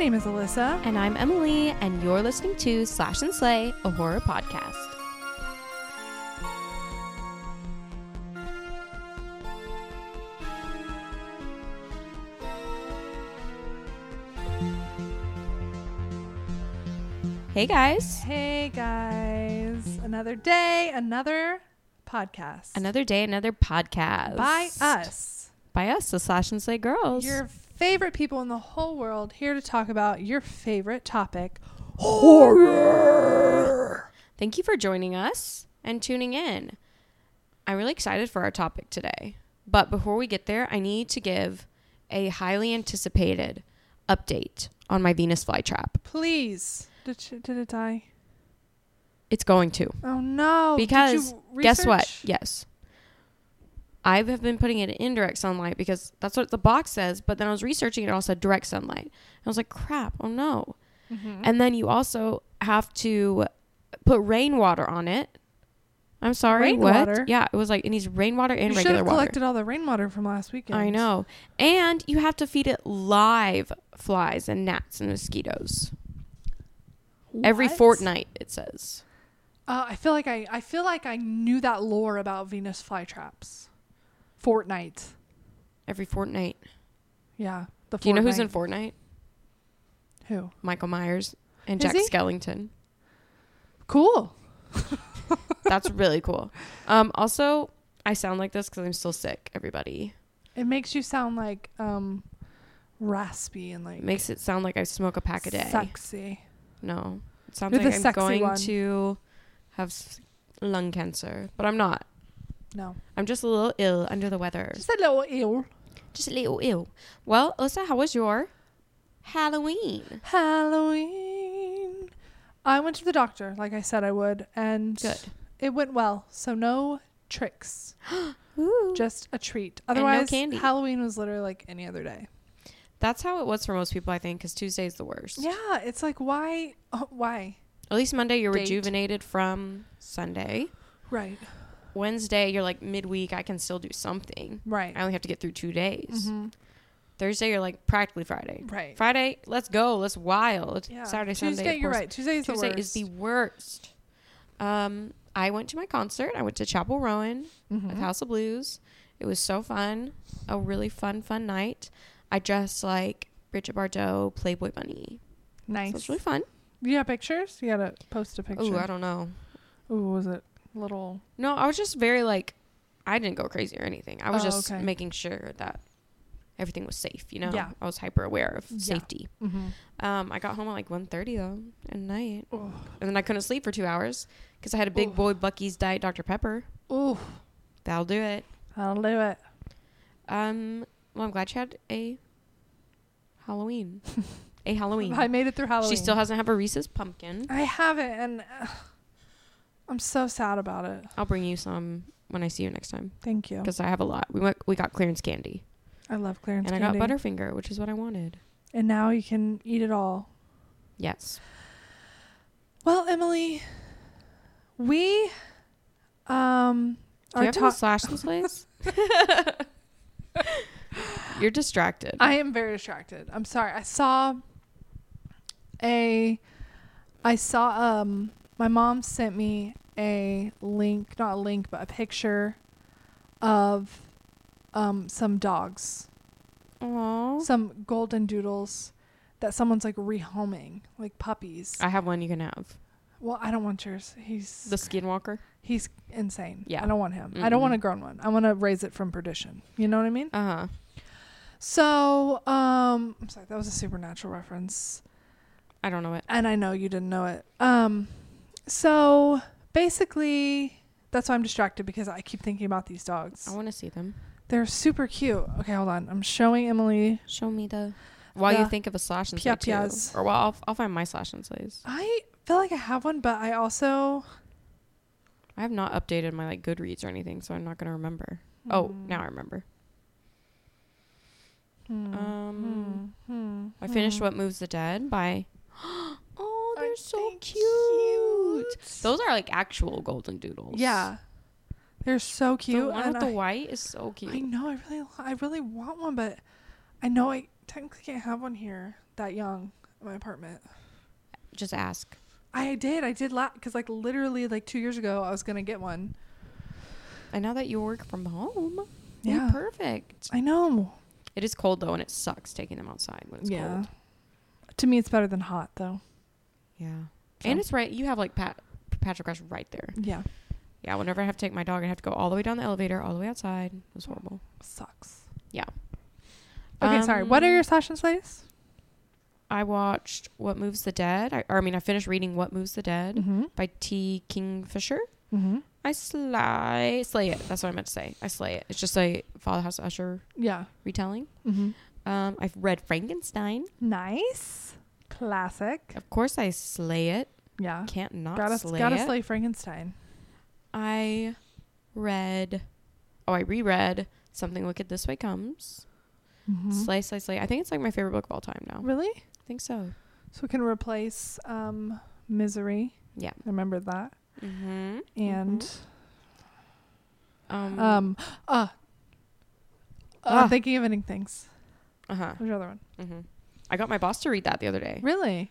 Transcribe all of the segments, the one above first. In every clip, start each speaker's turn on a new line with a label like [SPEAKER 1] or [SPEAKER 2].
[SPEAKER 1] Alyssa.
[SPEAKER 2] And I'm Emily, and you're listening to Slash and Slay, a horror podcast. Hey guys,
[SPEAKER 1] Hey guys. Another day, another podcast.
[SPEAKER 2] another day, another podcast.
[SPEAKER 1] by us.
[SPEAKER 2] By us, the Slash and Slay girls.
[SPEAKER 1] Your favorite people in the whole world here to talk about your favorite topic. Horror.
[SPEAKER 2] Thank you for joining us and tuning in. I'm really excited for our topic today. But before we get there, I need to give a highly anticipated update on my Venus flytrap.
[SPEAKER 1] Please. Did, she, did it die?
[SPEAKER 2] It's going to.
[SPEAKER 1] Oh no. Did
[SPEAKER 2] Because
[SPEAKER 1] you
[SPEAKER 2] Guess what?
[SPEAKER 1] research?
[SPEAKER 2] Yes. I have been putting it in direct sunlight because that's what the box says, but then I was researching it, it all said direct sunlight. I was like, crap, oh no.
[SPEAKER 1] Mhm.
[SPEAKER 2] And then you also have to put rainwater on it. I'm sorry,
[SPEAKER 1] Rainwater?
[SPEAKER 2] what? Yeah, it was like it needs rainwater and
[SPEAKER 1] you should
[SPEAKER 2] regular
[SPEAKER 1] have
[SPEAKER 2] water.
[SPEAKER 1] collected all the rainwater from last weekend.
[SPEAKER 2] I know. And you have to feed it live flies and gnats and mosquitoes. Every
[SPEAKER 1] What?
[SPEAKER 2] fortnight, it says.
[SPEAKER 1] Uh, I feel like I, I feel like I knew that lore about Venus flytraps. Fortnite.
[SPEAKER 2] Every fortnight.
[SPEAKER 1] Yeah. The
[SPEAKER 2] Do you know who's in
[SPEAKER 1] Fortnite.
[SPEAKER 2] Fortnite?
[SPEAKER 1] Who?
[SPEAKER 2] Michael Myers and
[SPEAKER 1] Is
[SPEAKER 2] Jack
[SPEAKER 1] he?
[SPEAKER 2] Skellington.
[SPEAKER 1] Cool.
[SPEAKER 2] That's really cool. Um, also, I sound like this because I'm still sick, everybody.
[SPEAKER 1] It makes you sound like um raspy and like
[SPEAKER 2] It makes it sound like I smoke a pack a day.
[SPEAKER 1] Sexy.
[SPEAKER 2] No. It sounds
[SPEAKER 1] You're
[SPEAKER 2] like
[SPEAKER 1] the
[SPEAKER 2] I'm
[SPEAKER 1] sexy
[SPEAKER 2] going
[SPEAKER 1] one.
[SPEAKER 2] to have s- lung cancer, but I'm not.
[SPEAKER 1] No.
[SPEAKER 2] I'm just a little ill under the weather.
[SPEAKER 1] Just a little ill.
[SPEAKER 2] Just a little ill. Well, Alyssa, how was your Halloween?
[SPEAKER 1] Halloween. I went to the doctor, like I said I would, and
[SPEAKER 2] Good.
[SPEAKER 1] it went well. So no tricks.
[SPEAKER 2] Ooh.
[SPEAKER 1] Just a treat.
[SPEAKER 2] And no
[SPEAKER 1] Otherwise
[SPEAKER 2] candy.
[SPEAKER 1] Halloween was literally like any other day.
[SPEAKER 2] That's how it was for most people, I think, because Tuesday's the worst.
[SPEAKER 1] Yeah, it's like why
[SPEAKER 2] uh,
[SPEAKER 1] oh, why?
[SPEAKER 2] At least Monday, you're
[SPEAKER 1] Date.
[SPEAKER 2] rejuvenated from Sunday.
[SPEAKER 1] Right.
[SPEAKER 2] Wednesday, you're like midweek, I can still do something.
[SPEAKER 1] Right.
[SPEAKER 2] I only have to get through two days.
[SPEAKER 1] Mhm.
[SPEAKER 2] Thursday, you're like practically Friday.
[SPEAKER 1] Right.
[SPEAKER 2] Friday, let's go, let's wild.
[SPEAKER 1] Yeah.
[SPEAKER 2] Saturday,
[SPEAKER 1] Tuesday,
[SPEAKER 2] Sunday, of
[SPEAKER 1] you're
[SPEAKER 2] course.
[SPEAKER 1] right. Tuesday is
[SPEAKER 2] Tuesday
[SPEAKER 1] the worst.
[SPEAKER 2] is the worst. Um, I went to my concert. I went to Chapel Rowan
[SPEAKER 1] Mhm.
[SPEAKER 2] with House of Blues. It was so fun. A really fun, fun night. I dressed like Bridget Bardot, Playboy Bunny. So it
[SPEAKER 1] nice.
[SPEAKER 2] was really fun.
[SPEAKER 1] You got pictures? You gotta post a picture.
[SPEAKER 2] Ooh, I don't know.
[SPEAKER 1] Ooh, was it little?
[SPEAKER 2] No, I was just very like, I didn't go crazy or anything. I was
[SPEAKER 1] Oh,
[SPEAKER 2] just
[SPEAKER 1] okay.
[SPEAKER 2] making sure that everything was safe. You know,
[SPEAKER 1] Yeah.
[SPEAKER 2] I was hyper aware of
[SPEAKER 1] Yeah.
[SPEAKER 2] safety.
[SPEAKER 1] Mm-hmm.
[SPEAKER 2] Um, I got home at like 1.30 though at night,
[SPEAKER 1] Ooh.
[SPEAKER 2] and then I couldn't sleep for two hours because I had a big
[SPEAKER 1] Oof.
[SPEAKER 2] boy Bucky's Diet Dr Pepper.
[SPEAKER 1] Ooh,
[SPEAKER 2] That'll do it.
[SPEAKER 1] I'll do it.
[SPEAKER 2] Um, well, I'm glad she had a Halloween. a Halloween.
[SPEAKER 1] I made it through Halloween.
[SPEAKER 2] She still hasn't had a Reese's pumpkin.
[SPEAKER 1] I haven't, and uh, I'm so sad about it.
[SPEAKER 2] I'll bring you some when I see you next time
[SPEAKER 1] Thank you.
[SPEAKER 2] because I have a lot. We went, we got clearance candy,
[SPEAKER 1] I love clearance
[SPEAKER 2] and
[SPEAKER 1] candy.
[SPEAKER 2] I got Butterfinger, which is what I wanted.
[SPEAKER 1] And now you can eat it all.
[SPEAKER 2] Yes.
[SPEAKER 1] Well, Emily, we um
[SPEAKER 2] Do you
[SPEAKER 1] are
[SPEAKER 2] have to
[SPEAKER 1] talking.
[SPEAKER 2] slash this place? You're distracted.
[SPEAKER 1] I am very distracted. I'm sorry. I saw a I saw um my mom sent me a link, not a link, but a picture of um some dogs.
[SPEAKER 2] Aww.
[SPEAKER 1] Some golden doodles that someone's like rehoming, like puppies.
[SPEAKER 2] I have one you can have.
[SPEAKER 1] well, I don't want yours. He's
[SPEAKER 2] The Skinwalker.
[SPEAKER 1] he's insane.
[SPEAKER 2] Yeah.
[SPEAKER 1] I don't want him. I don't
[SPEAKER 2] Mm-mm.
[SPEAKER 1] want a grown one. I want to raise it from perdition. You know what I mean?
[SPEAKER 2] Uh huh.
[SPEAKER 1] So, um I'm sorry. That was a supernatural reference.
[SPEAKER 2] I don't know it.
[SPEAKER 1] and I know you didn't know it. Um, so basically, that's why I'm distracted because I keep thinking about these dogs.
[SPEAKER 2] I want to see them.
[SPEAKER 1] They're super cute. Okay, hold on. I'm showing Emily.
[SPEAKER 2] Show me the. While you
[SPEAKER 1] The
[SPEAKER 2] think of a slash and slay
[SPEAKER 1] Pia
[SPEAKER 2] too.
[SPEAKER 1] Pias.
[SPEAKER 2] or well, I'll, I'll find my slash and slays.
[SPEAKER 1] I feel like I have one, but I also
[SPEAKER 2] I have not updated my like Goodreads or anything, so I'm not gonna remember. Oh, now I remember.
[SPEAKER 1] Hmm.
[SPEAKER 2] Um,
[SPEAKER 1] Hmm. Hmm.
[SPEAKER 2] I finished
[SPEAKER 1] Hmm.
[SPEAKER 2] What Moves the Dead by. oh, they're
[SPEAKER 1] Aren't
[SPEAKER 2] so
[SPEAKER 1] they
[SPEAKER 2] cute. Those are like actual golden doodles.
[SPEAKER 1] Yeah, they're so cute.
[SPEAKER 2] The one
[SPEAKER 1] and
[SPEAKER 2] with the
[SPEAKER 1] I-
[SPEAKER 2] white is so cute.
[SPEAKER 1] I know. I really, I really want one, but I know I technically can't have one here that young. at my apartment.
[SPEAKER 2] Just ask.
[SPEAKER 1] I did. I did lot because like literally like two years ago, I was gonna get one.
[SPEAKER 2] And now that you work from home, yeah,
[SPEAKER 1] Yeah.
[SPEAKER 2] perfect.
[SPEAKER 1] I know.
[SPEAKER 2] It is cold though, and it sucks taking them outside when it's
[SPEAKER 1] yeah.
[SPEAKER 2] cold.
[SPEAKER 1] To me, it's better than hot though.
[SPEAKER 2] Yeah.
[SPEAKER 1] So-
[SPEAKER 2] And it's right. You have like Pat Patrick Rush right there.
[SPEAKER 1] Yeah,
[SPEAKER 2] Yeah. Whenever I have to take my dog, I have to go all the way down the elevator, all the way outside. It was horrible.
[SPEAKER 1] sucks.
[SPEAKER 2] Yeah.
[SPEAKER 1] Okay, sorry. What are your
[SPEAKER 2] Um,
[SPEAKER 1] sessions, please?
[SPEAKER 2] I watched What Moves the Dead. I, or, I mean, I finished reading What Moves the Dead
[SPEAKER 1] Mm-hmm.
[SPEAKER 2] by T. Kingfisher.
[SPEAKER 1] Mm-hmm.
[SPEAKER 2] I slay slay it. That's what I meant to say. I slay it. It's just a Father House Usher
[SPEAKER 1] Yeah.
[SPEAKER 2] retelling.
[SPEAKER 1] Mm-hmm.
[SPEAKER 2] Um, I've read Frankenstein.
[SPEAKER 1] Nice. Classic.
[SPEAKER 2] Of course, I slay it.
[SPEAKER 1] Yeah.
[SPEAKER 2] Can't not
[SPEAKER 1] gotta
[SPEAKER 2] slay
[SPEAKER 1] gotta
[SPEAKER 2] it.
[SPEAKER 1] slay Frankenstein.
[SPEAKER 2] I read. Oh, I reread Something Wicked This Way Comes. Slay, slay, slay. I think it's like my favorite book of all time now.
[SPEAKER 1] Mm-hmm. Really?
[SPEAKER 2] I think so.
[SPEAKER 1] So we can replace um, misery.
[SPEAKER 2] Yeah.
[SPEAKER 1] I remember that.
[SPEAKER 2] Mm-hmm.
[SPEAKER 1] And
[SPEAKER 2] um,
[SPEAKER 1] um, uh,
[SPEAKER 2] Ah.
[SPEAKER 1] I'm thinking of ending things.
[SPEAKER 2] uh huh.
[SPEAKER 1] There's another one.
[SPEAKER 2] Mm-hmm. I got my boss to read that the other day.
[SPEAKER 1] Really?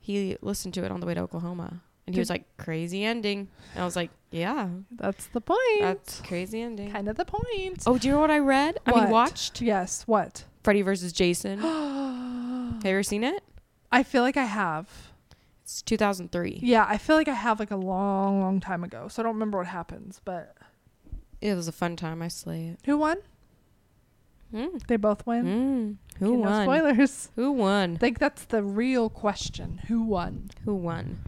[SPEAKER 2] He listened to it on the way to Oklahoma, and he was
[SPEAKER 1] Did-
[SPEAKER 2] like, "Crazy ending." And I was like, "Yeah,
[SPEAKER 1] That's the point.
[SPEAKER 2] that's crazy ending."
[SPEAKER 1] kind of the point.
[SPEAKER 2] Oh, do you know what I read? I mean,
[SPEAKER 1] What?
[SPEAKER 2] watched
[SPEAKER 1] Yes. What?
[SPEAKER 2] Freddy versus Jason. Have you ever seen it?
[SPEAKER 1] I feel like I have.
[SPEAKER 2] It's 2003.
[SPEAKER 1] Yeah, I feel like I have like a long, long time ago. So I don't remember what happens. But
[SPEAKER 2] It was a fun time. I slay
[SPEAKER 1] who won?
[SPEAKER 2] it. Mm.
[SPEAKER 1] They both win.
[SPEAKER 2] Mm. Who
[SPEAKER 1] Okay,
[SPEAKER 2] won?
[SPEAKER 1] No spoilers.
[SPEAKER 2] Who won?
[SPEAKER 1] I think that's the real question. Who won?
[SPEAKER 2] Who won?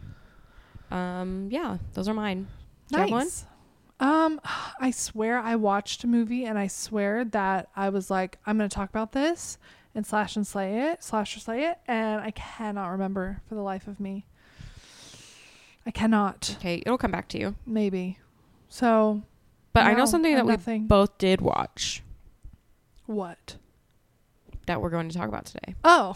[SPEAKER 2] Um, yeah, those are mine. Do you have one?
[SPEAKER 1] Um, I swear I watched a movie and I swear that I was like, I'm gonna talk about this and slash and slay it, slash or slay it, and I cannot remember for the life of me. I cannot.
[SPEAKER 2] Okay, it'll come back to you.
[SPEAKER 1] Maybe. So
[SPEAKER 2] But I know
[SPEAKER 1] no,
[SPEAKER 2] something
[SPEAKER 1] and
[SPEAKER 2] that we
[SPEAKER 1] nothing.
[SPEAKER 2] both did watch
[SPEAKER 1] What?
[SPEAKER 2] that we're going to talk about today.
[SPEAKER 1] Oh,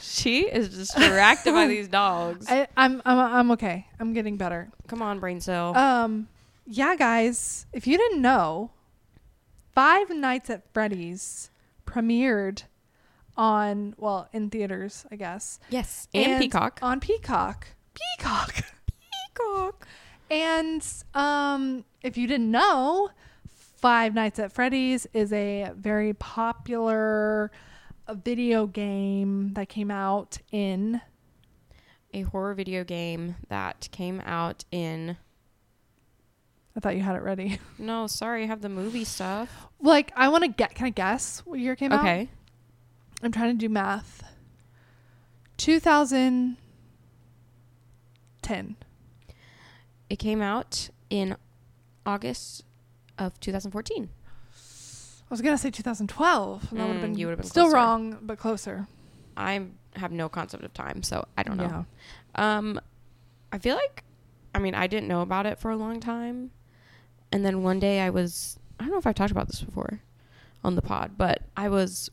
[SPEAKER 2] She is distracted by these dogs.
[SPEAKER 1] I, I'm I'm I'm okay. I'm getting better.
[SPEAKER 2] Come on, brain cell.
[SPEAKER 1] Um, yeah, guys, if you didn't know, Five Nights at Freddy's premiered on well in theaters, I guess,
[SPEAKER 2] yes, and, Peacock.
[SPEAKER 1] on Peacock, Peacock,
[SPEAKER 2] Peacock.
[SPEAKER 1] and um, if you didn't know, Five Nights at Freddy's is a very popular uh, video game that came out in
[SPEAKER 2] A horror video game that came out in.
[SPEAKER 1] I thought you had it ready.
[SPEAKER 2] No, sorry, I have the movie stuff.
[SPEAKER 1] like I want to get can I guess what year it came out?
[SPEAKER 2] Okay.
[SPEAKER 1] I'm trying to do math. 2010.
[SPEAKER 2] It came out in August of 2014.
[SPEAKER 1] I was gonna say 2012. And that would
[SPEAKER 2] Mm,
[SPEAKER 1] have been
[SPEAKER 2] you would've been
[SPEAKER 1] still
[SPEAKER 2] closer.
[SPEAKER 1] wrong, but closer.
[SPEAKER 2] I have no concept of time, so I don't know. Um, I feel like, I mean, I didn't know about it for a long time, and then one day I was, I don't know if I've talked about this before, on the pod, but I was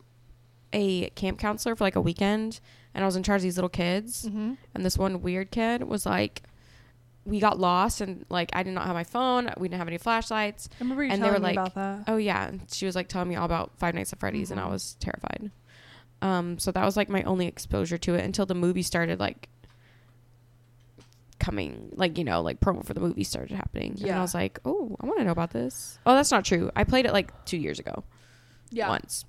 [SPEAKER 2] a camp counselor for like a weekend, and I was in charge of these little kids,
[SPEAKER 1] Mm-hmm.
[SPEAKER 2] and this one weird kid was like, we got lost, and like I did not have my phone, we didn't have any flashlights.
[SPEAKER 1] I remember you
[SPEAKER 2] And they
[SPEAKER 1] telling
[SPEAKER 2] were
[SPEAKER 1] me
[SPEAKER 2] like-
[SPEAKER 1] about that.
[SPEAKER 2] Oh yeah, and she was like telling me all about Five Nights at Freddy's, and I
[SPEAKER 1] Mhm.
[SPEAKER 2] was terrified. Um, so that was like my only exposure to it until the movie started like coming, like you know, like promo for the movie started happening. And then I
[SPEAKER 1] Yeah.
[SPEAKER 2] was like, oh, I want to know about this. Oh, that's not true. I played it like two years ago.
[SPEAKER 1] Yeah.
[SPEAKER 2] Once.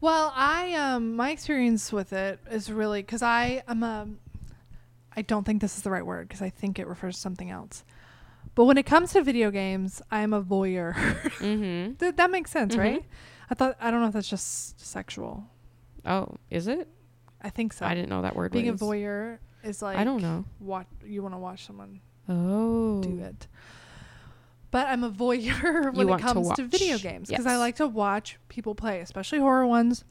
[SPEAKER 1] Well, I um my experience with it is really because I am a I don't think this is the right word because I think it refers to something else. But when it comes to video games, I am a voyeur.
[SPEAKER 2] Mm-hmm.
[SPEAKER 1] Th- that makes sense,
[SPEAKER 2] Mhm.
[SPEAKER 1] right? I thought I don't know if that's just sexual.
[SPEAKER 2] Oh, is it?
[SPEAKER 1] I think so.
[SPEAKER 2] I didn't know that word.
[SPEAKER 1] Being
[SPEAKER 2] was.
[SPEAKER 1] a voyeur is like
[SPEAKER 2] I don't know.
[SPEAKER 1] Watch you want to watch someone
[SPEAKER 2] Oh.
[SPEAKER 1] do it. But I'm a voyeur when
[SPEAKER 2] want
[SPEAKER 1] it
[SPEAKER 2] to
[SPEAKER 1] comes to, video
[SPEAKER 2] watch.
[SPEAKER 1] games because
[SPEAKER 2] Yes.
[SPEAKER 1] I like to watch people play, especially horror ones.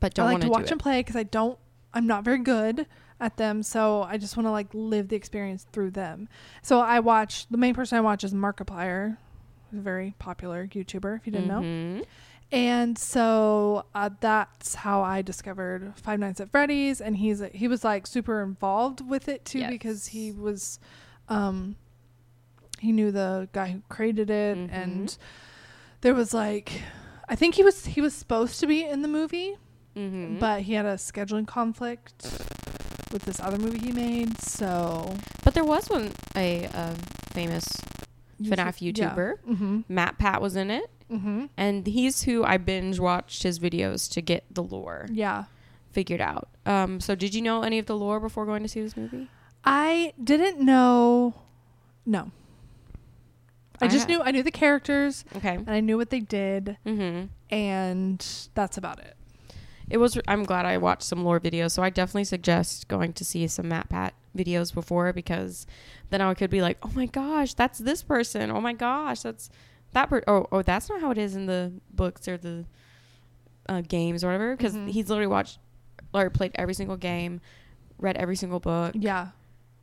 [SPEAKER 2] But don't
[SPEAKER 1] I
[SPEAKER 2] want
[SPEAKER 1] like to watch
[SPEAKER 2] do
[SPEAKER 1] them
[SPEAKER 2] it.
[SPEAKER 1] play because I don't. I'm not very good at them, so I just want to like live the experience through them. So I watch the main person I watch is Markiplier, who's a very popular YouTuber. If you didn't know,
[SPEAKER 2] Mhm.
[SPEAKER 1] and so uh, that's how I discovered Five Nights at Freddy's, and he's he was like super involved with it too
[SPEAKER 2] Yes.
[SPEAKER 1] because he was, um, he knew the guy who created it,
[SPEAKER 2] Mhm.
[SPEAKER 1] and there was like, I think he was he was supposed to be in the movie,
[SPEAKER 2] Mhm.
[SPEAKER 1] but he had a scheduling conflict with this other movie he made. So
[SPEAKER 2] But there was one a um, famous FNAF YouTuber.
[SPEAKER 1] Mm-hmm.
[SPEAKER 2] Matt Pat was in it,
[SPEAKER 1] Mm-hmm.
[SPEAKER 2] and he's who I binge watched his videos to get the lore
[SPEAKER 1] Yeah.
[SPEAKER 2] figured out. Um, so did you know any of the lore before going to see this movie?
[SPEAKER 1] I didn't know. No. I,
[SPEAKER 2] I
[SPEAKER 1] just
[SPEAKER 2] had-
[SPEAKER 1] knew I knew the characters
[SPEAKER 2] Okay.
[SPEAKER 1] and I knew what they did
[SPEAKER 2] Mm-hmm.
[SPEAKER 1] and that's about it.
[SPEAKER 2] It was. I'm glad I watched some lore videos. So I definitely suggest going to see some Matt Pat videos before because then I could be like, oh my gosh, that's this person. Oh my gosh, that's that person. Oh, oh, that's not how it is in the books or the uh, games or whatever. Because
[SPEAKER 1] Mhm.
[SPEAKER 2] he's literally watched or played every single game, read every single book,
[SPEAKER 1] Yeah.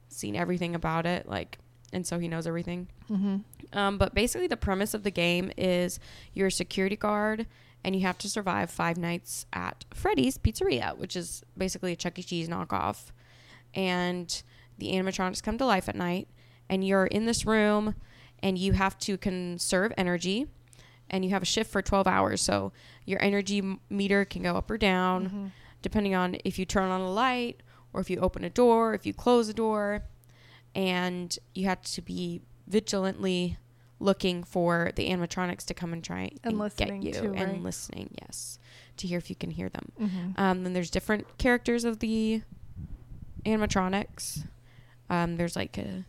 [SPEAKER 2] seen everything about it. Like, and so he knows everything.
[SPEAKER 1] Mm-hmm.
[SPEAKER 2] Um, but basically, the premise of the game is you're a security guard and you have to survive five nights at Freddy's Pizzeria, which is basically a Chuck E. Cheese knockoff. And the animatronics come to life at night, and you're in this room and you have to conserve energy and you have a shift for 12 hours. So your energy m- meter can go up or down depending on if you turn on a light or if you open a door, if you close a door, and you have to be vigilantly looking for the animatronics to come and try
[SPEAKER 1] And listening
[SPEAKER 2] get you
[SPEAKER 1] too,
[SPEAKER 2] and
[SPEAKER 1] right?
[SPEAKER 2] listening, yes, to hear if you can hear them.
[SPEAKER 1] Mm-hmm.
[SPEAKER 2] Um, then there's different characters of the animatronics. Um, there's like a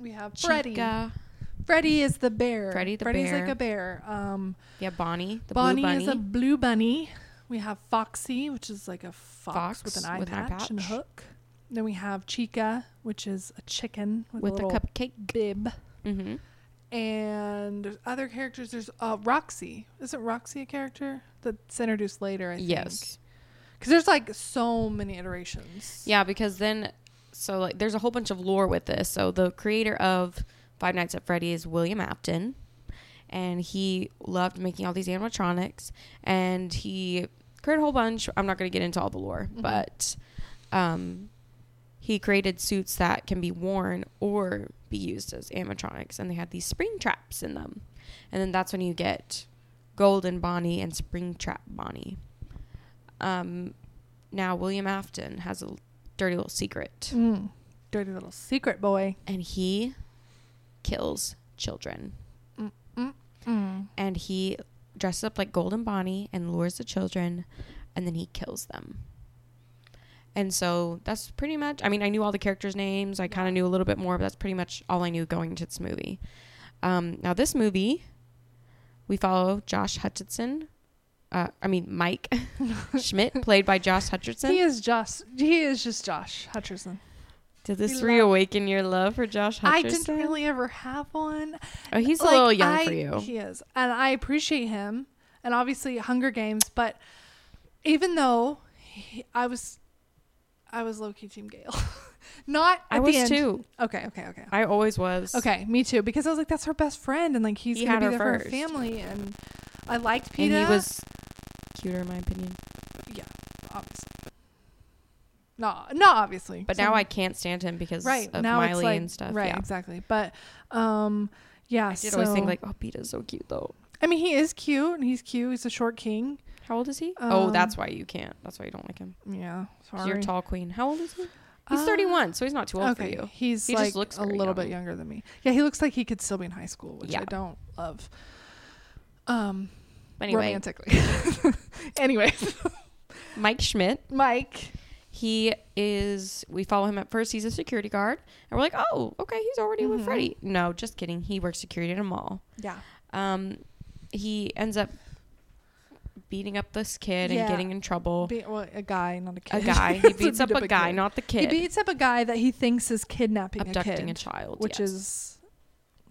[SPEAKER 1] we have Freddy.
[SPEAKER 2] Freddy.
[SPEAKER 1] Freddy is the bear.
[SPEAKER 2] Freddy the
[SPEAKER 1] Freddy's
[SPEAKER 2] bear.
[SPEAKER 1] like a bear. Um,
[SPEAKER 2] Yeah, Bonnie. The
[SPEAKER 1] Bonnie
[SPEAKER 2] blue bunny.
[SPEAKER 1] is a blue bunny. We have Foxy, which is like a fox, with an
[SPEAKER 2] Fox
[SPEAKER 1] eye,
[SPEAKER 2] with an eye
[SPEAKER 1] patch, and a
[SPEAKER 2] patch.
[SPEAKER 1] hook. Then we have Chica, which is a chicken with,
[SPEAKER 2] with
[SPEAKER 1] a
[SPEAKER 2] a
[SPEAKER 1] little
[SPEAKER 2] cupcake.
[SPEAKER 1] bib.
[SPEAKER 2] Mm-hmm.
[SPEAKER 1] And there's other characters. There's uh, Roxy. Isn't Roxy a character that's introduced later? I think.
[SPEAKER 2] Yes.
[SPEAKER 1] Because there's like so many iterations.
[SPEAKER 2] Yeah, because then, so like, there's a whole bunch of lore with this. So the creator of Five Nights at Freddy's, William Afton, and he loved making all these animatronics, and he created a whole bunch. I'm not going to get into all the lore,
[SPEAKER 1] Mhm.
[SPEAKER 2] but um, he created suits that can be worn or be used as animatronics, and they had these spring traps in them, and then that's when you get Golden Bonnie and Spring Trap Bonnie. Um, now William Afton has a dirty little secret,
[SPEAKER 1] Mm. Dirty little secret boy.
[SPEAKER 2] and he kills children.
[SPEAKER 1] Mm.
[SPEAKER 2] And he dresses up like Golden Bonnie and lures the children, and then he kills them. And so that's pretty much. I mean, I knew all the characters' names. I kind of knew a little bit more, but that's pretty much all I knew going into this movie. Um, now this movie, we follow Josh Hutcherson. Uh, I mean, Mike Schmidt, played by Josh Hutcherson.
[SPEAKER 1] He is just. He is just Josh Hutcherson.
[SPEAKER 2] Did
[SPEAKER 1] We
[SPEAKER 2] this
[SPEAKER 1] love-
[SPEAKER 2] reawaken your love for Josh Hutcherson?
[SPEAKER 1] I didn't really ever have one.
[SPEAKER 2] Oh, he's
[SPEAKER 1] Like,
[SPEAKER 2] a little young
[SPEAKER 1] I-
[SPEAKER 2] for you.
[SPEAKER 1] He is, and I appreciate him, and obviously Hunger Games. But even though he, I was, I was low key Team Gale, not
[SPEAKER 2] I
[SPEAKER 1] at
[SPEAKER 2] was
[SPEAKER 1] the end.
[SPEAKER 2] too.
[SPEAKER 1] Okay, okay, okay,
[SPEAKER 2] I always was.
[SPEAKER 1] okay. Me too, because I was like, that's her best friend, and like he's
[SPEAKER 2] He
[SPEAKER 1] gonna
[SPEAKER 2] had
[SPEAKER 1] be
[SPEAKER 2] her
[SPEAKER 1] there for her
[SPEAKER 2] first.
[SPEAKER 1] family, and I liked
[SPEAKER 2] And
[SPEAKER 1] Peta.
[SPEAKER 2] he was cuter, in my opinion.
[SPEAKER 1] yeah, obviously. No, not obviously.
[SPEAKER 2] But
[SPEAKER 1] So-
[SPEAKER 2] now I can't stand him because
[SPEAKER 1] right
[SPEAKER 2] of
[SPEAKER 1] now
[SPEAKER 2] Miley
[SPEAKER 1] it's like
[SPEAKER 2] and stuff.
[SPEAKER 1] right
[SPEAKER 2] Yeah.
[SPEAKER 1] exactly, but um. Yeah,
[SPEAKER 2] I did always think
[SPEAKER 1] so-
[SPEAKER 2] like, oh, Peta's so cute though.
[SPEAKER 1] I mean, he is cute and he's cute. He's a short king.
[SPEAKER 2] How old is he? oh,
[SPEAKER 1] Um,
[SPEAKER 2] that's why you can't. That's why you don't like him.
[SPEAKER 1] Yeah,
[SPEAKER 2] 'Cause
[SPEAKER 1] sorry.
[SPEAKER 2] You're a tall queen. How old is he? He's
[SPEAKER 1] Uh,
[SPEAKER 2] 31, so he's not too old
[SPEAKER 1] okay,
[SPEAKER 2] for you.
[SPEAKER 1] he's
[SPEAKER 2] He
[SPEAKER 1] like
[SPEAKER 2] just looks
[SPEAKER 1] a
[SPEAKER 2] very
[SPEAKER 1] little
[SPEAKER 2] young.
[SPEAKER 1] bit younger than me. Yeah, he looks like he could still be in high school, which I
[SPEAKER 2] Yeah.
[SPEAKER 1] don't love. Um,
[SPEAKER 2] But anyway,
[SPEAKER 1] romantically. anyway,
[SPEAKER 2] Mike Schmidt,
[SPEAKER 1] Mike.
[SPEAKER 2] he is. We follow him at first. He's a security guard, and we're like, oh, okay, he's already
[SPEAKER 1] Mhm.
[SPEAKER 2] with Freddy. No, just kidding. He works security at a mall.
[SPEAKER 1] Yeah,
[SPEAKER 2] um, he ends up beating up this kid
[SPEAKER 1] Yeah.
[SPEAKER 2] and getting in trouble.
[SPEAKER 1] be, well, a guy, not a kid.
[SPEAKER 2] a guy. He
[SPEAKER 1] So
[SPEAKER 2] beats up,
[SPEAKER 1] beat
[SPEAKER 2] a guy,
[SPEAKER 1] kid.
[SPEAKER 2] not the kid.
[SPEAKER 1] He beats up a guy that he thinks is kidnapping
[SPEAKER 2] abducting
[SPEAKER 1] a
[SPEAKER 2] a,
[SPEAKER 1] kid,
[SPEAKER 2] child,
[SPEAKER 1] which
[SPEAKER 2] yes.
[SPEAKER 1] is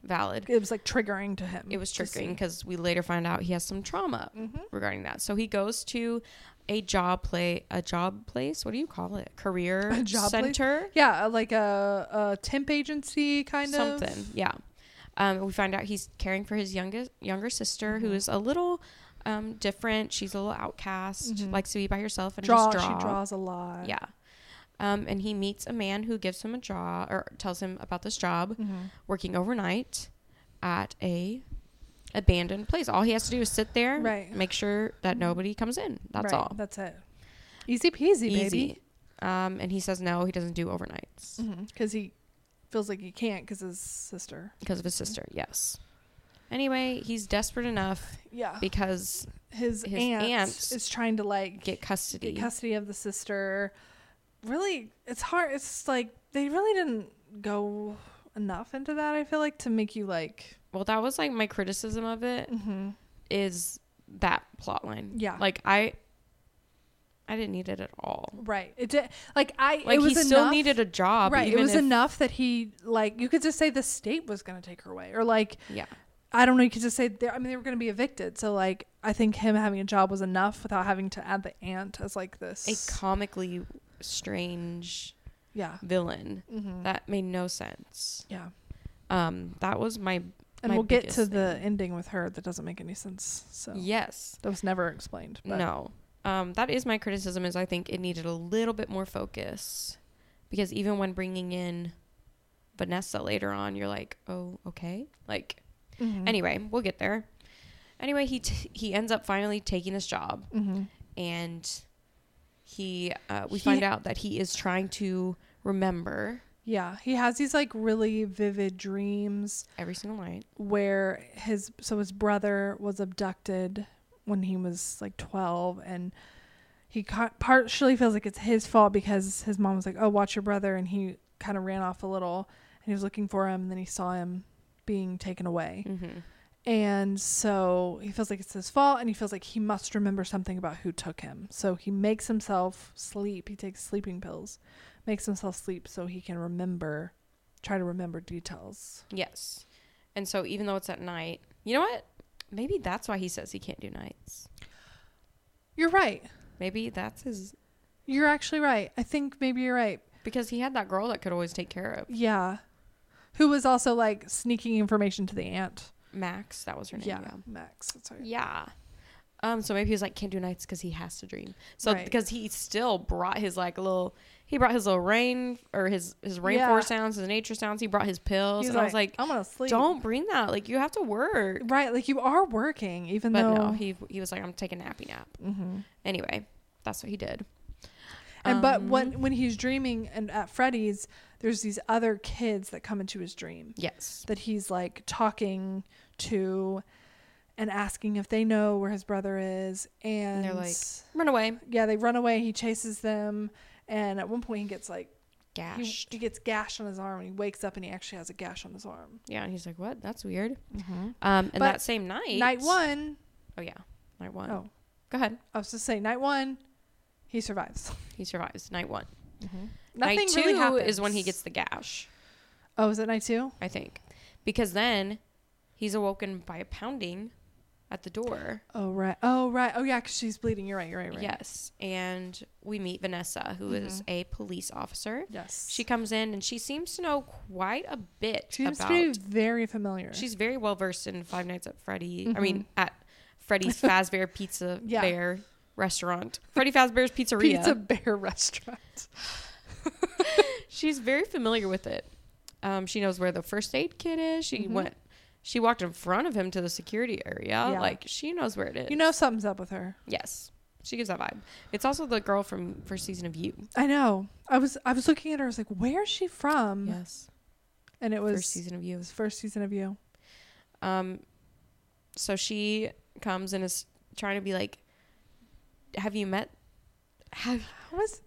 [SPEAKER 2] valid.
[SPEAKER 1] it was like triggering to him.
[SPEAKER 2] It was triggering because we later find out he has some trauma
[SPEAKER 1] Mm-hmm.
[SPEAKER 2] regarding that. So he goes to a job play, a job place. What do you call it? Career
[SPEAKER 1] A job place?
[SPEAKER 2] center,
[SPEAKER 1] Yeah, uh, like a, a temp agency kind of
[SPEAKER 2] something. Yeah. Um, we find out he's caring for his youngest younger sister, who
[SPEAKER 1] Mhm.
[SPEAKER 2] is a little um, different. She's a little outcast,
[SPEAKER 1] Mhm.
[SPEAKER 2] likes to be by herself and
[SPEAKER 1] Draw,
[SPEAKER 2] just
[SPEAKER 1] She draws a lot.
[SPEAKER 2] Yeah. Um, and he meets a man who gives him a job or tells him about this job
[SPEAKER 1] Mhm.
[SPEAKER 2] working overnight at a abandoned place. All he has to do is sit there,
[SPEAKER 1] Right.
[SPEAKER 2] make sure that nobody comes in. That's
[SPEAKER 1] Right,
[SPEAKER 2] all.
[SPEAKER 1] That's it. Easy peasy,
[SPEAKER 2] Easy.
[SPEAKER 1] baby. Mm-hmm.
[SPEAKER 2] Um, and he says no, he doesn't do overnights
[SPEAKER 1] because he feels like he can't because his sister.
[SPEAKER 2] because of his sister. Yes. Anyway, he's desperate enough
[SPEAKER 1] Yeah,
[SPEAKER 2] because
[SPEAKER 1] his,
[SPEAKER 2] his
[SPEAKER 1] aunt,
[SPEAKER 2] aunt
[SPEAKER 1] is trying to like
[SPEAKER 2] get custody.
[SPEAKER 1] get custody of the sister. Really, it's hard. It's like they really didn't go enough into that. I feel like to make you like,
[SPEAKER 2] well, that was like my criticism of it
[SPEAKER 1] mm-hmm.
[SPEAKER 2] is that plot line.
[SPEAKER 1] Yeah.
[SPEAKER 2] Like I I didn't need it at all.
[SPEAKER 1] right? It did. Like I,
[SPEAKER 2] Like
[SPEAKER 1] it was
[SPEAKER 2] he still
[SPEAKER 1] enough-
[SPEAKER 2] needed a job.
[SPEAKER 1] Right. It
[SPEAKER 2] even
[SPEAKER 1] was
[SPEAKER 2] if-
[SPEAKER 1] enough that he like you could just say the state was going to take her away, or like
[SPEAKER 2] Yeah.
[SPEAKER 1] I don't know. You could just say they I mean, they were going to be evicted. So like I think him having a job was enough without having to add the aunt as like this.
[SPEAKER 2] A comically strange
[SPEAKER 1] yeah.
[SPEAKER 2] villain.
[SPEAKER 1] Mm-hmm.
[SPEAKER 2] That made no sense.
[SPEAKER 1] yeah.
[SPEAKER 2] Um that was my
[SPEAKER 1] And
[SPEAKER 2] my
[SPEAKER 1] we'll get
[SPEAKER 2] biggest
[SPEAKER 1] to the
[SPEAKER 2] thing.
[SPEAKER 1] ending with her that doesn't make any sense. So
[SPEAKER 2] Yes.
[SPEAKER 1] that was never explained. But
[SPEAKER 2] No. Um, that is my criticism. Is I think it needed a little bit more focus, because even when bringing in Vanessa later on, you're like, oh, okay. Like
[SPEAKER 1] Mhm.
[SPEAKER 2] anyway, we'll get there. Anyway, he t- he ends up finally taking his job,
[SPEAKER 1] Mhm.
[SPEAKER 2] and he uh, we
[SPEAKER 1] He-
[SPEAKER 2] find out that he is trying to remember
[SPEAKER 1] Yeah, he has these like really vivid dreams
[SPEAKER 2] every single night.
[SPEAKER 1] where his so his brother was abducted when he was like 12 and he ca- partially feels like it's his fault because his mom was like oh watch your brother and he kind of ran off a little and he was looking for him and then he saw him being taken away
[SPEAKER 2] Mm-hmm.
[SPEAKER 1] and so he feels like it's his fault and he feels like he must remember something about who took him so he makes himself sleep he takes sleeping pills makes himself sleep so he can remember try to remember details
[SPEAKER 2] Yes, and so even though it's at night, you know what? Maybe that's why he says he can't do nights.
[SPEAKER 1] you're right
[SPEAKER 2] Maybe that's his
[SPEAKER 1] You're actually right. I think maybe you're right.
[SPEAKER 2] because he had that girl that could always take care of
[SPEAKER 1] Yeah. Who was also like sneaking information to the aunt.
[SPEAKER 2] Max. That was her name.
[SPEAKER 1] yeah.
[SPEAKER 2] yeah.
[SPEAKER 1] Max. That's right.
[SPEAKER 2] Yeah. Um, so maybe he was like, can't do nights because he has to dream. So
[SPEAKER 1] Right.
[SPEAKER 2] because he still brought his like little, he brought his little rain or his his rainforest
[SPEAKER 1] Yeah.
[SPEAKER 2] sounds, his nature sounds. He brought his pills,
[SPEAKER 1] He's
[SPEAKER 2] and I was like,
[SPEAKER 1] I'm gonna sleep.
[SPEAKER 2] don't bring that. Like you have to work.
[SPEAKER 1] Right, like you are working, even
[SPEAKER 2] But
[SPEAKER 1] though.
[SPEAKER 2] no, he he was like, I'm taking a nappy nap.
[SPEAKER 1] Mhm.
[SPEAKER 2] Anyway, that's what he did.
[SPEAKER 1] And but
[SPEAKER 2] Um,
[SPEAKER 1] when when he's dreaming and at Freddy's, there's these other kids that come into his dream
[SPEAKER 2] Yes.
[SPEAKER 1] that he's like talking to, and asking if they know where his brother is, and
[SPEAKER 2] they're like- Run away.
[SPEAKER 1] yeah, they run away. He chases them, and at one point he gets like He,
[SPEAKER 2] Gashed.
[SPEAKER 1] he gets gash on his arm and he wakes up and he actually has a gash on his arm.
[SPEAKER 2] yeah. And he's like, what? That's weird. Um, and
[SPEAKER 1] But
[SPEAKER 2] that same night.
[SPEAKER 1] Night one.
[SPEAKER 2] Oh yeah. Night one.
[SPEAKER 1] Oh,
[SPEAKER 2] Go ahead.
[SPEAKER 1] I was just saying, night one, he survives.
[SPEAKER 2] He survives. Night one.
[SPEAKER 1] Nothing
[SPEAKER 2] night two
[SPEAKER 1] really happens.
[SPEAKER 2] is when he gets the gash.
[SPEAKER 1] Oh, is it night two?
[SPEAKER 2] I think. Because then he's awoken by a pounding at the door.
[SPEAKER 1] Oh right. Oh right. Oh yeah, 'cause she's bleeding. You're right. You're right. Mm-hmm. Right.
[SPEAKER 2] Yes. And we meet Vanessa, who is a police officer.
[SPEAKER 1] Yes.
[SPEAKER 2] She comes in and she seems to know quite a bit
[SPEAKER 1] She seems
[SPEAKER 2] about.
[SPEAKER 1] to be very familiar.
[SPEAKER 2] She's very well versed in Five Nights at Freddy. I
[SPEAKER 1] Mhm.
[SPEAKER 2] mean, at Freddy's Fazbear Pizza
[SPEAKER 1] Yeah.
[SPEAKER 2] Bear restaurant. Freddy Fazbear's Pizzeria.
[SPEAKER 1] Pizza Bear Restaurant.
[SPEAKER 2] She's very familiar with it. Um, she knows where the first aid kit is. She
[SPEAKER 1] Mhm.
[SPEAKER 2] went. She walked in front of him to the security area.
[SPEAKER 1] Yeah.
[SPEAKER 2] Like she knows where it is.
[SPEAKER 1] You know something's up with her.
[SPEAKER 2] Yes. She gives that vibe. It's also the girl from first season of You.
[SPEAKER 1] I know. I was I was looking at her. I was like, where is she from?
[SPEAKER 2] Yes.
[SPEAKER 1] And it
[SPEAKER 2] first
[SPEAKER 1] was it
[SPEAKER 2] season of You.
[SPEAKER 1] was first season of you.
[SPEAKER 2] Um so she comes and is trying to be like have you met have
[SPEAKER 1] How is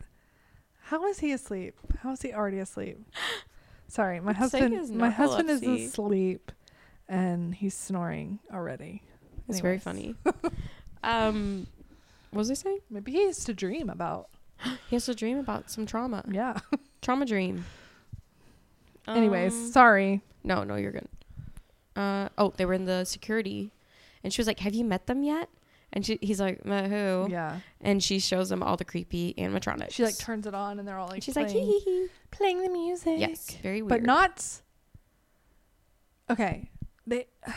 [SPEAKER 1] how is he asleep? How is he already asleep? Sorry, my
[SPEAKER 2] It's like his
[SPEAKER 1] husband my husband is
[SPEAKER 2] narcolepsy.
[SPEAKER 1] asleep and he's snoring already.
[SPEAKER 2] it's very
[SPEAKER 1] Anyways.
[SPEAKER 2] funny. um what was I saying?
[SPEAKER 1] Maybe he used to dream about
[SPEAKER 2] He has a dream about some trauma.
[SPEAKER 1] Yeah.
[SPEAKER 2] Trauma dream. Um,
[SPEAKER 1] Anyways, sorry.
[SPEAKER 2] No, no, you're good. Uh oh, they were in the security and she was like, Have you met them yet? And she, he's like, Met who?
[SPEAKER 1] Yeah.
[SPEAKER 2] and she shows him all the creepy animatronics.
[SPEAKER 1] She like turns it on and they're all like
[SPEAKER 2] she's like,
[SPEAKER 1] playing,
[SPEAKER 2] hee hee hee.
[SPEAKER 1] playing the music.
[SPEAKER 2] Yes, very weird.
[SPEAKER 1] But not Okay. They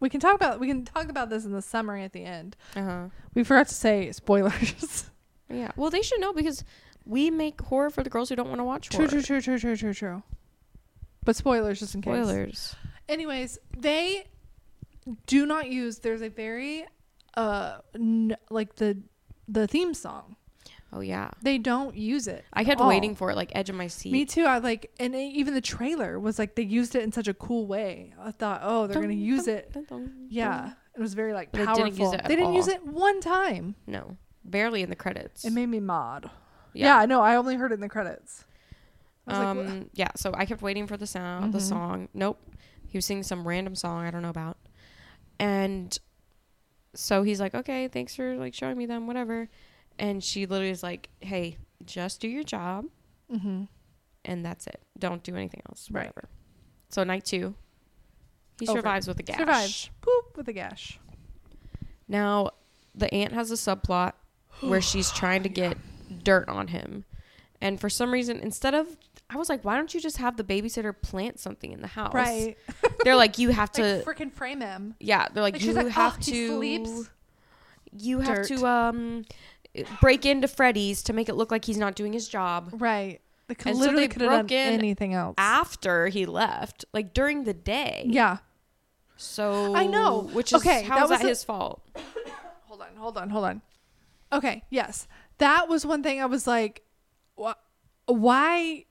[SPEAKER 1] we can talk about we can talk about this in the summary at the end.
[SPEAKER 2] Uh huh.
[SPEAKER 1] We forgot to say spoilers.
[SPEAKER 2] Yeah. Well, they should know because we make horror for the girls who don't want to watch
[SPEAKER 1] True,
[SPEAKER 2] horror.
[SPEAKER 1] true, true, true, true, true, true. But spoilers, just in case.
[SPEAKER 2] Spoilers.
[SPEAKER 1] Anyways, they do not use. There's a very, uh, n- like the the theme song
[SPEAKER 2] Oh yeah.
[SPEAKER 1] They don't use it.
[SPEAKER 2] I
[SPEAKER 1] at
[SPEAKER 2] kept
[SPEAKER 1] all.
[SPEAKER 2] waiting for it, like edge of my seat.
[SPEAKER 1] Oh. Me too. I like, and e- even the trailer was like they used it in such a cool way. I thought, oh, they're
[SPEAKER 2] Dun,
[SPEAKER 1] gonna use
[SPEAKER 2] dun,
[SPEAKER 1] it.
[SPEAKER 2] dun, dun,
[SPEAKER 1] Yeah,
[SPEAKER 2] dun.
[SPEAKER 1] it was very like
[SPEAKER 2] But they didn't use
[SPEAKER 1] powerful.
[SPEAKER 2] it at
[SPEAKER 1] They didn't use
[SPEAKER 2] all.
[SPEAKER 1] it one time.
[SPEAKER 2] No, barely in the credits.
[SPEAKER 1] It made me mod. Yeah, I know. I only heard it in the credits. I was
[SPEAKER 2] Um.
[SPEAKER 1] like, "Wha-
[SPEAKER 2] yeah. So I kept waiting for the sound, the
[SPEAKER 1] Mhm.
[SPEAKER 2] song. Nope. He was singing some random song I don't know about, and so he's like, "Okay, thanks for like showing me them, whatever." And she literally is like, "Hey, just do your job,
[SPEAKER 1] Mhm.
[SPEAKER 2] and that's it. Don't do anything else,
[SPEAKER 1] Right.
[SPEAKER 2] whatever." So night two, he
[SPEAKER 1] Over.
[SPEAKER 2] survives with a gash.
[SPEAKER 1] Survives. Poop with a gash.
[SPEAKER 2] Now, the aunt has a subplot where she's trying to get dirt on him. And for some reason, instead of, I was like, why don't you just have the babysitter plant something in the house?
[SPEAKER 1] Right.
[SPEAKER 2] They're like, you have to.
[SPEAKER 1] Like freaking frame him.
[SPEAKER 2] yeah, they're like,
[SPEAKER 1] Like,
[SPEAKER 2] you
[SPEAKER 1] she's like,
[SPEAKER 2] have
[SPEAKER 1] oh,
[SPEAKER 2] to.
[SPEAKER 1] he sleeps.
[SPEAKER 2] You have
[SPEAKER 1] Dirt.
[SPEAKER 2] to um, break into Freddy's to make it look like he's not doing his job.
[SPEAKER 1] Right. They could
[SPEAKER 2] And so
[SPEAKER 1] literally
[SPEAKER 2] they
[SPEAKER 1] could have done
[SPEAKER 2] broke in
[SPEAKER 1] anything else.
[SPEAKER 2] After he left, like during the day.
[SPEAKER 1] yeah.
[SPEAKER 2] So
[SPEAKER 1] I know.
[SPEAKER 2] which is
[SPEAKER 1] Okay,
[SPEAKER 2] how
[SPEAKER 1] that
[SPEAKER 2] is that
[SPEAKER 1] was a-
[SPEAKER 2] his fault?
[SPEAKER 1] Hold on. Hold on. Hold on. Okay. Yes. That was one thing I was like, wh- why?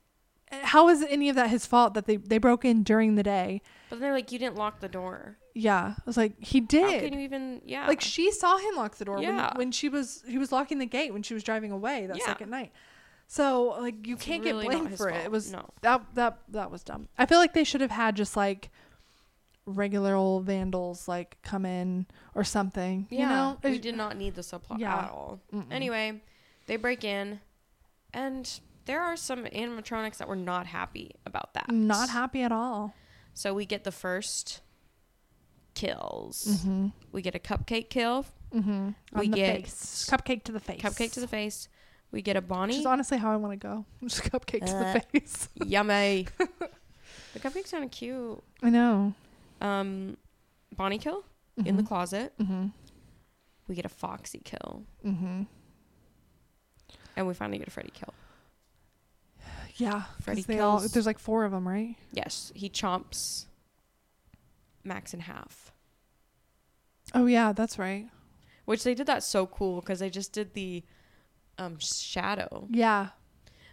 [SPEAKER 1] How is any of that his fault that they, they broke in during the day?
[SPEAKER 2] But they're like, you didn't lock the door.
[SPEAKER 1] Yeah. I was like, he
[SPEAKER 2] How
[SPEAKER 1] did.
[SPEAKER 2] can you even? Yeah.
[SPEAKER 1] Like she saw him lock the door
[SPEAKER 2] Yeah.
[SPEAKER 1] when, when she was he was locking the gate when she was driving away that
[SPEAKER 2] Yeah.
[SPEAKER 1] second night. So like you
[SPEAKER 2] It's
[SPEAKER 1] can't
[SPEAKER 2] really
[SPEAKER 1] get
[SPEAKER 2] not
[SPEAKER 1] blamed
[SPEAKER 2] his
[SPEAKER 1] for it.
[SPEAKER 2] fault.
[SPEAKER 1] It was
[SPEAKER 2] No.
[SPEAKER 1] that that that was dumb. I feel like they should have had just like regular old vandals like come in or something.
[SPEAKER 2] Yeah,
[SPEAKER 1] You know?
[SPEAKER 2] we
[SPEAKER 1] It-
[SPEAKER 2] did not need the subplot
[SPEAKER 1] Yeah.
[SPEAKER 2] at all.
[SPEAKER 1] Mm-mm.
[SPEAKER 2] Anyway, they break in, and there are some animatronics that were not happy about that.
[SPEAKER 1] not happy at all.
[SPEAKER 2] So we get the first kills.
[SPEAKER 1] Mm-hmm.
[SPEAKER 2] We get a cupcake kill,
[SPEAKER 1] Mm-hmm.
[SPEAKER 2] We
[SPEAKER 1] On the
[SPEAKER 2] get
[SPEAKER 1] face. Cupcake to the face.
[SPEAKER 2] cupcake to the face. We get a
[SPEAKER 1] Which
[SPEAKER 2] Bonnie,
[SPEAKER 1] is honestly how I want to go. Just cupcake
[SPEAKER 2] Uh.
[SPEAKER 1] to the face.
[SPEAKER 2] yummy. the cupcake sounded cute.
[SPEAKER 1] I know.
[SPEAKER 2] Um, Bonnie kill in the closet.
[SPEAKER 1] Mm-hmm.
[SPEAKER 2] We get a Foxy kill,
[SPEAKER 1] Mm-hmm.
[SPEAKER 2] and we finally get a Freddy kill.
[SPEAKER 1] Yeah. 'cause
[SPEAKER 2] Freddy
[SPEAKER 1] they all,
[SPEAKER 2] kills.
[SPEAKER 1] there's like four of them, right?
[SPEAKER 2] Yes, he chomps Max in half.
[SPEAKER 1] Oh yeah, that's right.
[SPEAKER 2] which they did that so cool because they just did the um shadow
[SPEAKER 1] Yeah.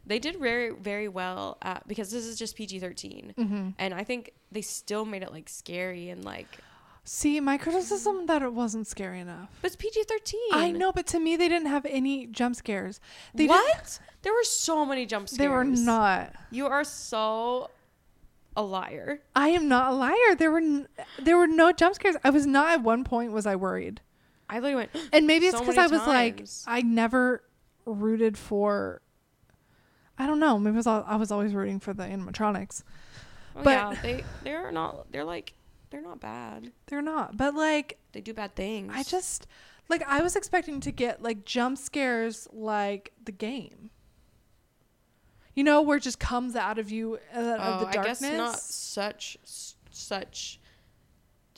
[SPEAKER 2] they did very very well at, because this is just pg-13
[SPEAKER 1] Mm-hmm.
[SPEAKER 2] and i think they still made it like scary and like
[SPEAKER 1] See, my criticism that it wasn't scary enough.
[SPEAKER 2] but it's pg-13
[SPEAKER 1] I know, but to me, they didn't have any jump scares. They didn't-
[SPEAKER 2] what there were so many jump scares
[SPEAKER 1] They were not.
[SPEAKER 2] you are so a liar
[SPEAKER 1] I am not a liar. There were n- there were no jump scares. I was not at one point was I worried,
[SPEAKER 2] i literally went
[SPEAKER 1] and maybe it's
[SPEAKER 2] So
[SPEAKER 1] because I
[SPEAKER 2] many
[SPEAKER 1] was like
[SPEAKER 2] times.
[SPEAKER 1] I never rooted for. I don't know. Maybe it was all, I was always rooting for the animatronics.
[SPEAKER 2] oh,
[SPEAKER 1] But-
[SPEAKER 2] yeah they they're not they're like they're not bad
[SPEAKER 1] They're not, but like
[SPEAKER 2] they do bad things
[SPEAKER 1] I just like I was expecting to get like jump scares like the game. You know, where it just comes out of you uh, of
[SPEAKER 2] Oh,
[SPEAKER 1] the darkness.
[SPEAKER 2] I guess not such s- such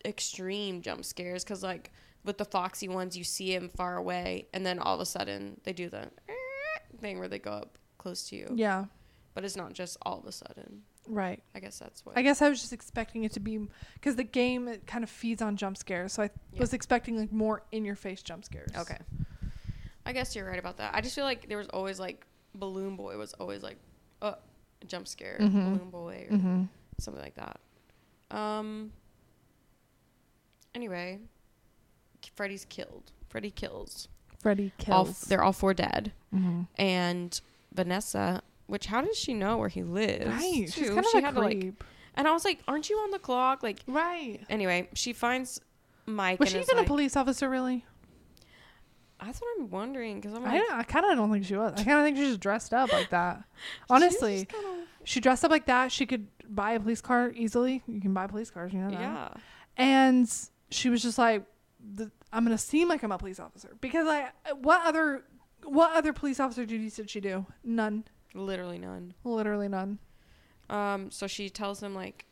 [SPEAKER 2] extreme jump scares because like with the foxy ones, you see him far away, and then all of a sudden they do the thing where they go up close to you.
[SPEAKER 1] Yeah,
[SPEAKER 2] But it's not just all of a sudden.
[SPEAKER 1] right.
[SPEAKER 2] I guess that's what.
[SPEAKER 1] I guess I was just expecting it to be because the game it kind of feeds on jump scares, so I
[SPEAKER 2] Yeah.
[SPEAKER 1] was expecting like more in your face jump scares.
[SPEAKER 2] okay. I guess you're right about that. I just feel like there was always like Balloon Boy was always like uh, a jump scare,
[SPEAKER 1] Mhm.
[SPEAKER 2] Balloon Boy, or
[SPEAKER 1] Mm-hmm.
[SPEAKER 2] something like that. Um. Anyway, Freddy's killed. Freddy kills.
[SPEAKER 1] Freddy
[SPEAKER 2] All
[SPEAKER 1] kills.
[SPEAKER 2] f- they're all four dead.
[SPEAKER 1] mm-hmm.
[SPEAKER 2] And Vanessa, which how does she know where he lives?
[SPEAKER 1] Right. She's
[SPEAKER 2] too?
[SPEAKER 1] kind of
[SPEAKER 2] She
[SPEAKER 1] a
[SPEAKER 2] had to, like-
[SPEAKER 1] creep.
[SPEAKER 2] and I was like, aren't you on the clock? Like,
[SPEAKER 1] right.
[SPEAKER 2] anyway, she finds Mike.
[SPEAKER 1] Was
[SPEAKER 2] and
[SPEAKER 1] she
[SPEAKER 2] is
[SPEAKER 1] even
[SPEAKER 2] like,
[SPEAKER 1] a police officer, really?
[SPEAKER 2] That's what I'm wondering because I'm
[SPEAKER 1] I,
[SPEAKER 2] like,
[SPEAKER 1] don't- I kind of don't think she was. I kind of think she just dressed up like that.
[SPEAKER 2] she was
[SPEAKER 1] Honestly,
[SPEAKER 2] just kinda-
[SPEAKER 1] she dressed up like that. She could buy a police car easily. You can buy police cars, you know that.
[SPEAKER 2] yeah,
[SPEAKER 1] And she was just like, "Th- "I'm gonna seem like I'm a police officer because I what other what other police officer duties did she do? None,
[SPEAKER 2] literally none.
[SPEAKER 1] literally none.
[SPEAKER 2] Um, so she tells him like,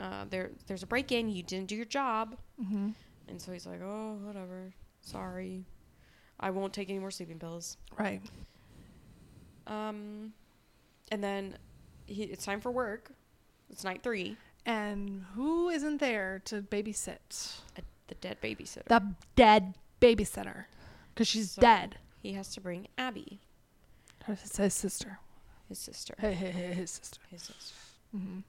[SPEAKER 2] uh, there, there's a break in. You didn't do your job.
[SPEAKER 1] Mm-hmm.
[SPEAKER 2] And so he's like, oh, whatever. Sorry, I won't take any more sleeping pills.
[SPEAKER 1] Right.
[SPEAKER 2] Um, and then he, it's time for work. It's night three.
[SPEAKER 1] And who isn't there to babysit
[SPEAKER 2] A, the dead babysitter.
[SPEAKER 1] the dead babysitter? Because she's
[SPEAKER 2] So-
[SPEAKER 1] dead.
[SPEAKER 2] he has to bring Abby.
[SPEAKER 1] Her- It's his sister.
[SPEAKER 2] His sister.
[SPEAKER 1] Hey, hey, hey, his sister.
[SPEAKER 2] His sister.
[SPEAKER 1] hmm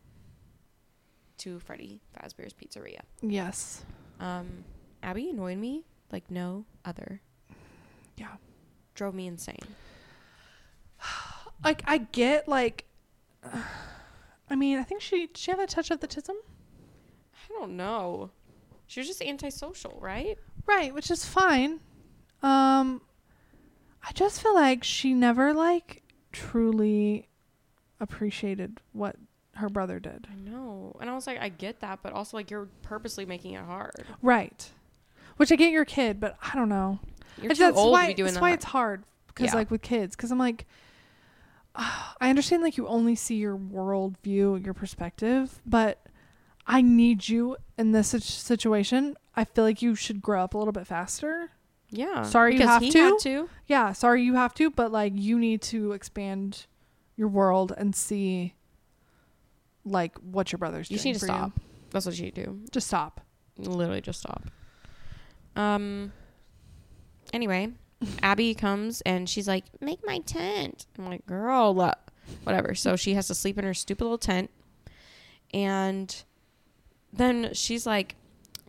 [SPEAKER 2] To Freddy Fazbear's Pizzeria.
[SPEAKER 1] Yes.
[SPEAKER 2] Um, Abby annoyed me like no other.
[SPEAKER 1] Yeah.
[SPEAKER 2] Drove me insane.
[SPEAKER 1] Like I get like. I mean, I think she did she have a touch of the tism,
[SPEAKER 2] I don't know. She was just antisocial, right?
[SPEAKER 1] right? Which is fine. Um, I just feel like she never like truly appreciated what her brother did.
[SPEAKER 2] I know. And I was like, I get that, but also like you're purposely making it hard.
[SPEAKER 1] Right. Which I get your kid, but I don't know.
[SPEAKER 2] You're
[SPEAKER 1] It's-
[SPEAKER 2] too old
[SPEAKER 1] why,
[SPEAKER 2] to be doing
[SPEAKER 1] that's
[SPEAKER 2] that.
[SPEAKER 1] why it's hard because
[SPEAKER 2] Yeah.
[SPEAKER 1] like with kids because i'm like ah, i understand like you only see your world view your perspective but i need you in this sit- situation i feel like you should grow up a little bit faster
[SPEAKER 2] yeah.
[SPEAKER 1] Sorry you
[SPEAKER 2] because
[SPEAKER 1] have
[SPEAKER 2] he
[SPEAKER 1] to?
[SPEAKER 2] Had to.
[SPEAKER 1] yeah sorry you have to but like you need to expand your world and see like what your brother's doing
[SPEAKER 2] You just need to
[SPEAKER 1] for
[SPEAKER 2] stop. That's what you do.
[SPEAKER 1] just stop
[SPEAKER 2] Literally just stop. Um. Anyway, Abby comes and she's like, "Make my tent." I'm like, "Girl, uh, whatever." So she has to sleep in her stupid little tent, and then she's like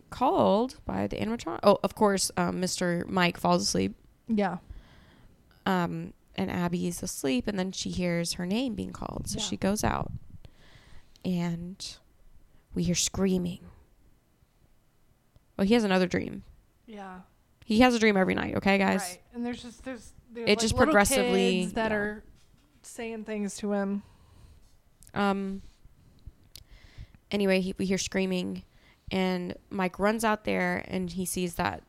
[SPEAKER 2] called by the animatronic. Oh, of course, um, Mr. Mike falls asleep,
[SPEAKER 1] yeah
[SPEAKER 2] um, and Abby is asleep, and then she hears her name being called, so
[SPEAKER 1] Yeah.
[SPEAKER 2] she goes out, and we hear screaming. Well, he has another dream.
[SPEAKER 1] yeah
[SPEAKER 2] He has a dream every night, okay, guys?
[SPEAKER 1] Right. And there's just there's, there's
[SPEAKER 2] It
[SPEAKER 1] like,
[SPEAKER 2] just
[SPEAKER 1] little
[SPEAKER 2] progressively-
[SPEAKER 1] kids that
[SPEAKER 2] yeah.
[SPEAKER 1] are saying things to him.
[SPEAKER 2] Um anyway, he, we hear screaming and Mike runs out there and he sees that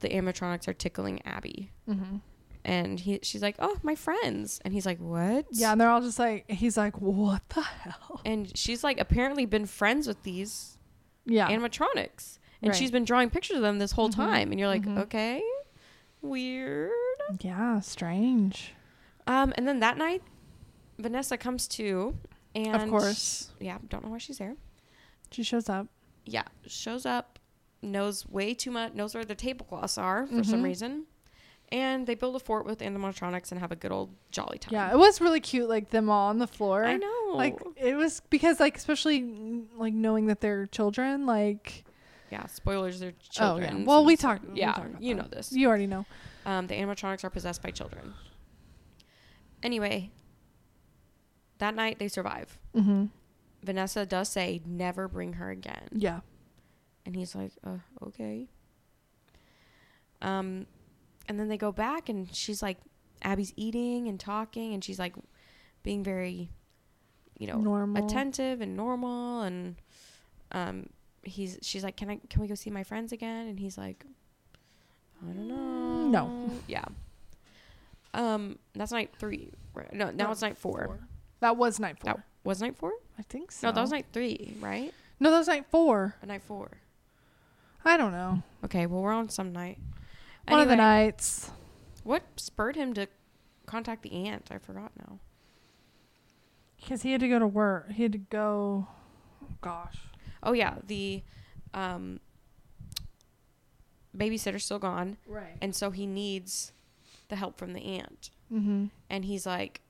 [SPEAKER 2] the animatronics are tickling Abby.
[SPEAKER 1] Mm-hmm.
[SPEAKER 2] And he she's like, "Oh, my friends." And he's like, "What?"
[SPEAKER 1] Yeah, and they're all just like he's like, what the hell?
[SPEAKER 2] And she's like apparently been friends with these
[SPEAKER 1] Yeah,
[SPEAKER 2] animatronics. And
[SPEAKER 1] Right.
[SPEAKER 2] she's been drawing pictures of them this whole
[SPEAKER 1] Mhm.
[SPEAKER 2] time and you're like,
[SPEAKER 1] Mhm.
[SPEAKER 2] "Okay. Weird."
[SPEAKER 1] yeah, strange.
[SPEAKER 2] Um and then that night Vanessa comes to and
[SPEAKER 1] of course,
[SPEAKER 2] yeah, don't know why she's there.
[SPEAKER 1] she shows up.
[SPEAKER 2] yeah, shows up, knows way too much, knows where the tablecloths are for some
[SPEAKER 1] Mhm.
[SPEAKER 2] reason, and they build a fort with animatronics and have a good old jolly time.
[SPEAKER 1] Yeah, it was really cute, like them all on the floor.
[SPEAKER 2] I know.
[SPEAKER 1] Like it was because like especially mm, like knowing that they're children. Like
[SPEAKER 2] yeah, spoilers. They're children.
[SPEAKER 1] oh yeah. Well, we
[SPEAKER 2] since-
[SPEAKER 1] talked. we
[SPEAKER 2] Yeah,
[SPEAKER 1] talked about
[SPEAKER 2] you
[SPEAKER 1] that.
[SPEAKER 2] know this.
[SPEAKER 1] You already know.
[SPEAKER 2] Um, the animatronics are possessed by children. Anyway, that night they survive.
[SPEAKER 1] Mm-hmm.
[SPEAKER 2] Vanessa does say, "Never bring her again."
[SPEAKER 1] Yeah.
[SPEAKER 2] And he's like, uh, okay. Um, and then they go back, and she's like, Abby's eating and talking, and she's like, being very, you know,
[SPEAKER 1] Normal.
[SPEAKER 2] attentive and normal, and um, he's she's like, can I can we go see my friends again? And he's like, I don't know.
[SPEAKER 1] Mm, no.
[SPEAKER 2] Yeah. Um, that's night three. Right? No, now
[SPEAKER 1] No,
[SPEAKER 2] it's night four.
[SPEAKER 1] That was night four.
[SPEAKER 2] That was night four.
[SPEAKER 1] I think so.
[SPEAKER 2] No, that was night three, right?
[SPEAKER 1] No, that was night four.
[SPEAKER 2] Or night four.
[SPEAKER 1] I don't know.
[SPEAKER 2] Okay, well we're on some night.
[SPEAKER 1] One of the
[SPEAKER 2] Anyway.
[SPEAKER 1] nights.
[SPEAKER 2] What spurred him to contact the aunt? I forgot now.
[SPEAKER 1] Because he had to go to work. He had to go. Gosh.
[SPEAKER 2] Oh yeah, the um, babysitter's still gone,
[SPEAKER 1] Right.
[SPEAKER 2] and so he needs the help from the aunt.
[SPEAKER 1] mm-hmm.
[SPEAKER 2] And he's like,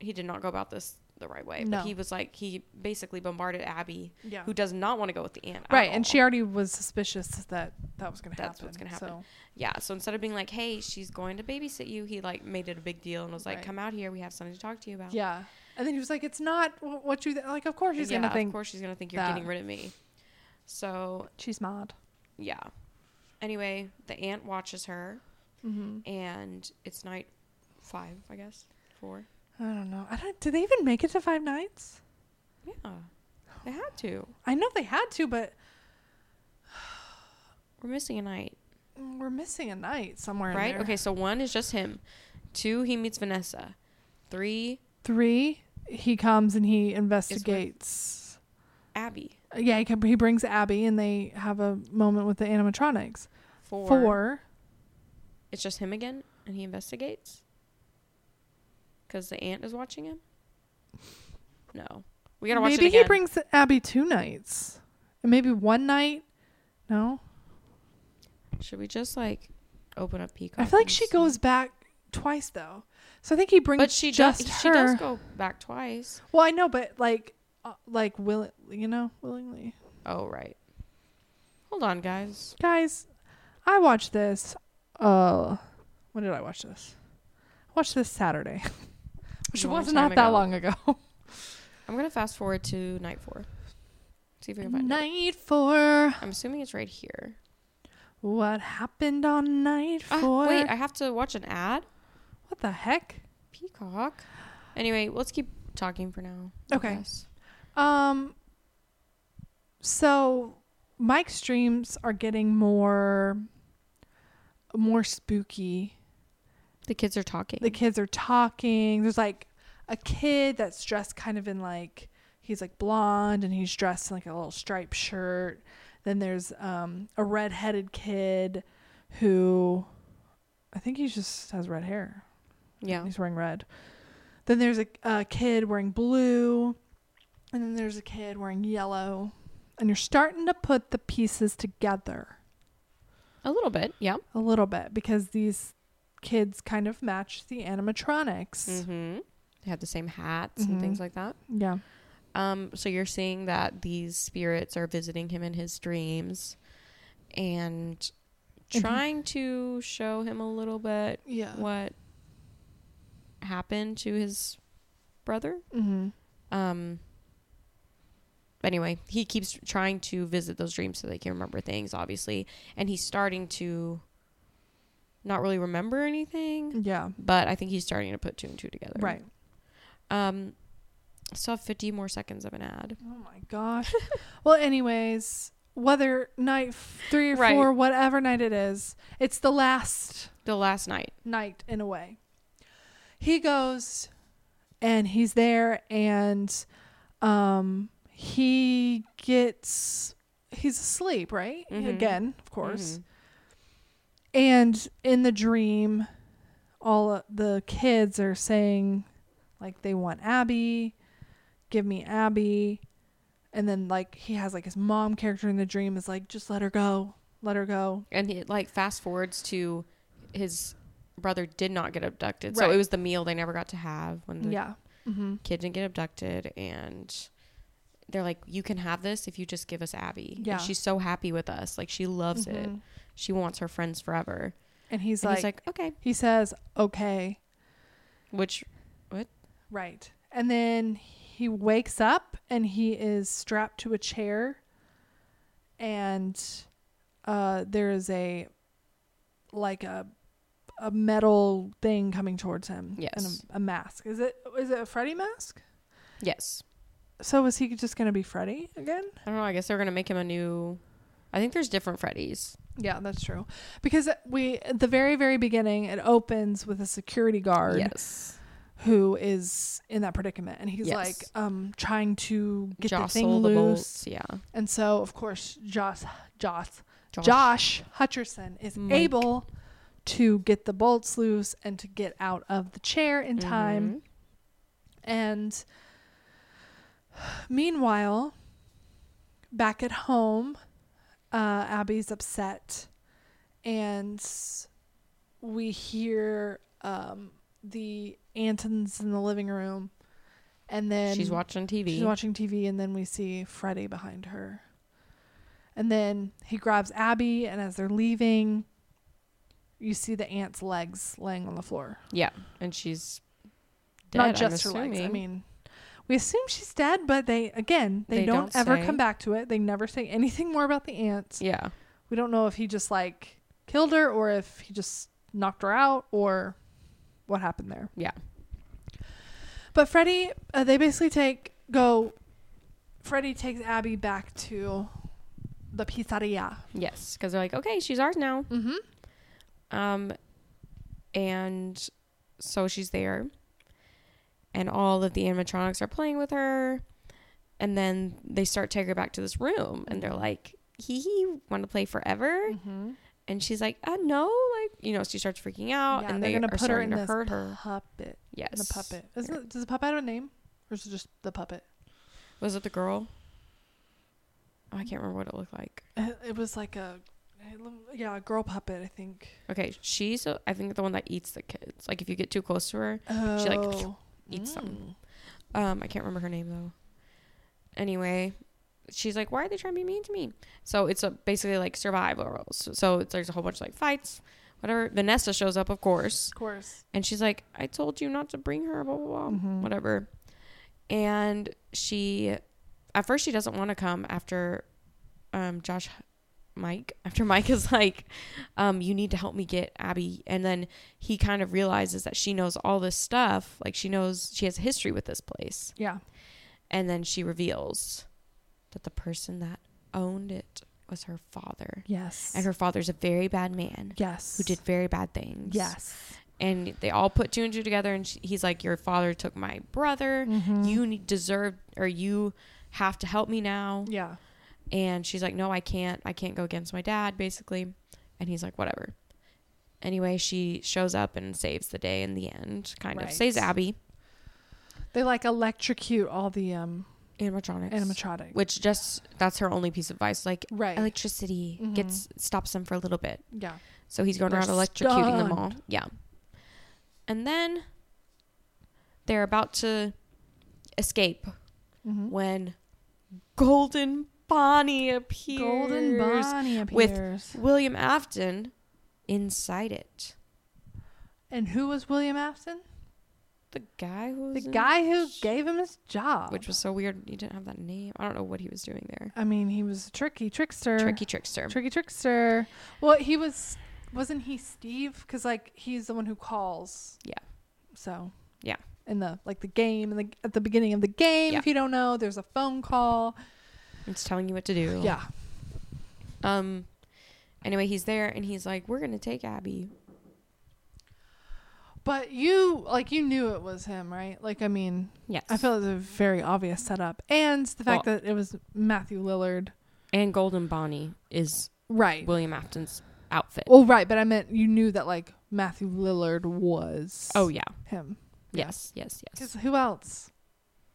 [SPEAKER 2] he did not go about this the right way.
[SPEAKER 1] No.
[SPEAKER 2] But he was like, he basically bombarded Abby,
[SPEAKER 1] Yeah.
[SPEAKER 2] who does not want to go with the aunt. at
[SPEAKER 1] right. And
[SPEAKER 2] all.
[SPEAKER 1] she already was suspicious that that was going to happen.
[SPEAKER 2] That's what's gonna
[SPEAKER 1] So,
[SPEAKER 2] happen. yeah. So instead of being like, hey, she's going to babysit you, he like made it a big deal and was like,
[SPEAKER 1] Right.
[SPEAKER 2] come out here, we have something to talk to you about.
[SPEAKER 1] yeah. And then he was like, it's not wh- what you, th-. like, of course she's going
[SPEAKER 2] Yeah,
[SPEAKER 1] to think
[SPEAKER 2] Of course, she's gonna think you're
[SPEAKER 1] that.
[SPEAKER 2] getting rid of me. So
[SPEAKER 1] she's mad.
[SPEAKER 2] yeah. Anyway, the aunt watches her,
[SPEAKER 1] Mm-hmm.
[SPEAKER 2] and it's night five, I guess, four.
[SPEAKER 1] I don't know. I don't, did they even make it to five nights?
[SPEAKER 2] Yeah, they had to.
[SPEAKER 1] I know they had to, but
[SPEAKER 2] We're missing a night,
[SPEAKER 1] we're missing a night somewhere. in
[SPEAKER 2] right?
[SPEAKER 1] there.
[SPEAKER 2] Okay, so one is just him. Two, he meets Vanessa. Three,
[SPEAKER 1] Three, he comes and he investigates.
[SPEAKER 2] Abby.
[SPEAKER 1] Yeah, he, com- he brings Abby and they have a moment with the animatronics.
[SPEAKER 2] Four,
[SPEAKER 1] Four.
[SPEAKER 2] it's just him again, and he investigates because the aunt is watching him. No, we gotta watch
[SPEAKER 1] maybe
[SPEAKER 2] it again.
[SPEAKER 1] he brings Abby two nights, and maybe one night. No,
[SPEAKER 2] Should we just like open up Peacock?
[SPEAKER 1] I feel like
[SPEAKER 2] and
[SPEAKER 1] she
[SPEAKER 2] see?
[SPEAKER 1] goes back twice though. So I think he brings
[SPEAKER 2] But she
[SPEAKER 1] just
[SPEAKER 2] does. She
[SPEAKER 1] her.
[SPEAKER 2] does go back twice.
[SPEAKER 1] Well, I know, but like, uh, like will you know willingly,
[SPEAKER 2] Oh right. Hold on, guys.
[SPEAKER 1] guys? I watched this. Uh, when did I watch this? I watched this Saturday, which
[SPEAKER 2] Long
[SPEAKER 1] was
[SPEAKER 2] time
[SPEAKER 1] not that
[SPEAKER 2] ago.
[SPEAKER 1] long ago.
[SPEAKER 2] I'm gonna fast forward to night four. See if we can find it.
[SPEAKER 1] night four.
[SPEAKER 2] I'm assuming it's right here.
[SPEAKER 1] What happened on night
[SPEAKER 2] Ah,
[SPEAKER 1] four?
[SPEAKER 2] wait, I have to watch an ad.
[SPEAKER 1] what the heck?
[SPEAKER 2] Peacock. Anyway, let's keep talking for now. I
[SPEAKER 1] Okay.
[SPEAKER 2] guess.
[SPEAKER 1] Um. So Mike's streams are getting more, more spooky.
[SPEAKER 2] The kids are talking.
[SPEAKER 1] The kids are talking. There's like a kid that's dressed kind of in like he's like blonde and he's dressed in like a little striped shirt. Then there's um a red-headed kid who I think he just has red hair.
[SPEAKER 2] yeah.
[SPEAKER 1] He's wearing red. Then there's a, a kid wearing blue, and then there's a kid wearing yellow. And you're starting to put the pieces together
[SPEAKER 2] A little bit. Yeah.
[SPEAKER 1] a little bit because these kids kind of match the animatronics.
[SPEAKER 2] Mm-hmm. They have the same hats
[SPEAKER 1] Mhm.
[SPEAKER 2] and things like that.
[SPEAKER 1] Yeah.
[SPEAKER 2] Um, so you're seeing that these spirits are visiting him in his dreams and
[SPEAKER 1] Mhm.
[SPEAKER 2] trying to show him a little bit
[SPEAKER 1] Yeah.
[SPEAKER 2] what happened to his brother.
[SPEAKER 1] Mm-hmm.
[SPEAKER 2] Um anyway, he keeps trying to visit those dreams so they can remember things, obviously. And he's starting to not really remember anything.
[SPEAKER 1] Yeah.
[SPEAKER 2] But I think he's starting to put two and two together.
[SPEAKER 1] Mm-hmm. Right.
[SPEAKER 2] Um I still have fifty more seconds of an ad.
[SPEAKER 1] Oh my gosh. well, anyways, whether night f- three or
[SPEAKER 2] Right.
[SPEAKER 1] four, whatever night it is, it's the last
[SPEAKER 2] The last night.
[SPEAKER 1] night in a way. He goes and he's there and um he gets he's asleep, right?
[SPEAKER 2] Mhm.
[SPEAKER 1] Again, of course.
[SPEAKER 2] Mm-hmm.
[SPEAKER 1] And in the dream, all of the kids are saying, like, they want Abby, give me Abby. And then, like, he has, like, his mom character in the dream is like, just let her go, let her go.
[SPEAKER 2] And it like fast forwards to his brother did not get abducted. So
[SPEAKER 1] Right.
[SPEAKER 2] it was the meal they never got to have when the
[SPEAKER 1] Yeah. Mm-hmm.
[SPEAKER 2] kid didn't get abducted and they're like you can have this if you just give us abby And
[SPEAKER 1] Yeah.
[SPEAKER 2] she's so happy with us like she loves it
[SPEAKER 1] Mhm.
[SPEAKER 2] she wants her friends forever
[SPEAKER 1] And he's,
[SPEAKER 2] and
[SPEAKER 1] like,
[SPEAKER 2] he's like okay
[SPEAKER 1] he says, okay,
[SPEAKER 2] which
[SPEAKER 1] right. And then he wakes up and he is strapped to a chair. And uh, there is a, like, a, a metal thing coming towards him.
[SPEAKER 2] Yes.
[SPEAKER 1] And a, a mask. Is it is it a Freddy mask?
[SPEAKER 2] yes
[SPEAKER 1] So is he just gonna be Freddy again?
[SPEAKER 2] i don't know i guess they're gonna make him a new i think there's different freddies
[SPEAKER 1] Yeah, that's true. Because we at the very very beginning it opens with a security guard
[SPEAKER 2] yes
[SPEAKER 1] who is in that predicament, and he's
[SPEAKER 2] Yes.
[SPEAKER 1] like um trying to get the thing
[SPEAKER 2] jostle the,
[SPEAKER 1] loose.
[SPEAKER 2] bolts yeah
[SPEAKER 1] And so of course Josh Josh
[SPEAKER 2] Josh.
[SPEAKER 1] Josh Hutcherson is
[SPEAKER 2] Mike.
[SPEAKER 1] able to get the bolts loose and to get out of the chair in time.
[SPEAKER 2] Mhm.
[SPEAKER 1] And meanwhile, back at home, uh, Abby's upset, and we hear um, the Antons in the living room, and then
[SPEAKER 2] she's watching tv
[SPEAKER 1] She's watching TV, and then we see Freddy behind her. And then he grabs Abby, and as they're leaving, you see the ant's legs laying on the floor
[SPEAKER 2] yeah and she's dead,
[SPEAKER 1] not
[SPEAKER 2] I'm
[SPEAKER 1] just her legs. I
[SPEAKER 2] assuming.
[SPEAKER 1] mean, we assume she's dead, but they again they,
[SPEAKER 2] They
[SPEAKER 1] don't,
[SPEAKER 2] don't
[SPEAKER 1] ever
[SPEAKER 2] say.
[SPEAKER 1] come back to it. They never say anything more about the ants.
[SPEAKER 2] yeah
[SPEAKER 1] We don't know if he just like killed her or if he just knocked her out or what happened there.
[SPEAKER 2] Yeah.
[SPEAKER 1] But Freddy, uh, they basically take go. Freddy takes Abby back to the pizzeria.
[SPEAKER 2] yes because they're like okay she's ours now
[SPEAKER 1] Mm-hmm.
[SPEAKER 2] Um, and so she's there, and all of the animatronics are playing with her, and then they start taking her back to this room, and they're like, "Hee hee, want to play forever?"
[SPEAKER 1] Mm-hmm.
[SPEAKER 2] And she's like, "Uh, no," like you know, she starts freaking out,
[SPEAKER 1] Yeah,
[SPEAKER 2] and
[SPEAKER 1] they're
[SPEAKER 2] they
[SPEAKER 1] gonna
[SPEAKER 2] are
[SPEAKER 1] put her
[SPEAKER 2] starting
[SPEAKER 1] in
[SPEAKER 2] to
[SPEAKER 1] this
[SPEAKER 2] hurt her.
[SPEAKER 1] puppet.
[SPEAKER 2] Yes,
[SPEAKER 1] The puppet. Isn't it, does the puppet have a name, or is it just the puppet?
[SPEAKER 2] Was it the girl? Oh, I can't remember what it looked like.
[SPEAKER 1] It Uh, was like a I love, yeah, girl puppet. I think.
[SPEAKER 2] Okay, she's a, I think the one that eats the kids. Like if you get too close to her,
[SPEAKER 1] Oh.
[SPEAKER 2] like, eats
[SPEAKER 1] Mm.
[SPEAKER 2] them. um, I can't remember her name though. Anyway, she's like, "Why are they trying to be mean to me?" So it's a, basically like survival roles. So it's, there's a whole bunch of like fights, whatever. Vanessa shows up, of course,
[SPEAKER 1] Of course.
[SPEAKER 2] and she's like, "I told you not to bring her." Blah blah blah,
[SPEAKER 1] Mhm.
[SPEAKER 2] whatever. And she, at first, she doesn't want to come after, um, Josh, Mike. After Mike is like, um, "You need to help me get Abby," and then he kind of realizes that she knows all this stuff. Like she knows she has a history with this place.
[SPEAKER 1] Yeah.
[SPEAKER 2] And then she reveals that the person that owned it was her father.
[SPEAKER 1] Yes.
[SPEAKER 2] And her father's a very bad man
[SPEAKER 1] yes.
[SPEAKER 2] who did very bad things.
[SPEAKER 1] Yes.
[SPEAKER 2] And they all put two and two together. And she, he's like, Your father took my brother.
[SPEAKER 1] Mm-hmm.
[SPEAKER 2] You need, deserve, or you have to help me now.
[SPEAKER 1] Yeah.
[SPEAKER 2] And she's like, No, I can't. I can't go against my dad, basically. And he's like, Whatever. Anyway, she shows up and saves the day in the end, kind of.
[SPEAKER 1] Right.
[SPEAKER 2] Saves Abby.
[SPEAKER 1] They like electrocute all the um
[SPEAKER 2] Animatronics.
[SPEAKER 1] animatronic.
[SPEAKER 2] Which just, that's her only piece of advice. Like,
[SPEAKER 1] right.
[SPEAKER 2] electricity
[SPEAKER 1] Mhm.
[SPEAKER 2] gets stops them for a little bit.
[SPEAKER 1] yeah.
[SPEAKER 2] So he's going
[SPEAKER 1] They're
[SPEAKER 2] around electrocuting them all. Yeah. And then they're about to escape
[SPEAKER 1] Mm-hmm.
[SPEAKER 2] when Golden Bonnie appears.
[SPEAKER 1] Golden Bonnie
[SPEAKER 2] with-
[SPEAKER 1] appears.
[SPEAKER 2] William Afton inside it.
[SPEAKER 1] and who was William Afton?
[SPEAKER 2] The guy who
[SPEAKER 1] The
[SPEAKER 2] was in-
[SPEAKER 1] guy who gave him his job.
[SPEAKER 2] which was so weird. He didn't have that name. I don't know what he was doing there.
[SPEAKER 1] I mean, he was a tricky trickster.
[SPEAKER 2] Tricky trickster.
[SPEAKER 1] Tricky trickster. Well, he was. Wasn't he Steve? Because like he's the one who calls.
[SPEAKER 2] Yeah.
[SPEAKER 1] So.
[SPEAKER 2] Yeah.
[SPEAKER 1] In the like the game, in the, at the beginning of the game,
[SPEAKER 2] Yeah.
[SPEAKER 1] if you don't know, there's a phone call.
[SPEAKER 2] it's telling you what to do.
[SPEAKER 1] Yeah.
[SPEAKER 2] Um. Anyway, he's there and he's like, "We're gonna take Abby."
[SPEAKER 1] But you like you knew it was him, right? Like I mean,
[SPEAKER 2] Yes.
[SPEAKER 1] I feel it's a very obvious setup, and the fact
[SPEAKER 2] Well-
[SPEAKER 1] that it was Matthew Lillard,
[SPEAKER 2] And Golden Bonnie is
[SPEAKER 1] right? Well, oh,
[SPEAKER 2] William Afton's outfit.
[SPEAKER 1] right, but I meant you knew that like Matthew Lillard was
[SPEAKER 2] oh yeah.
[SPEAKER 1] him.
[SPEAKER 2] Yes, yes, yes.
[SPEAKER 1] Because who else?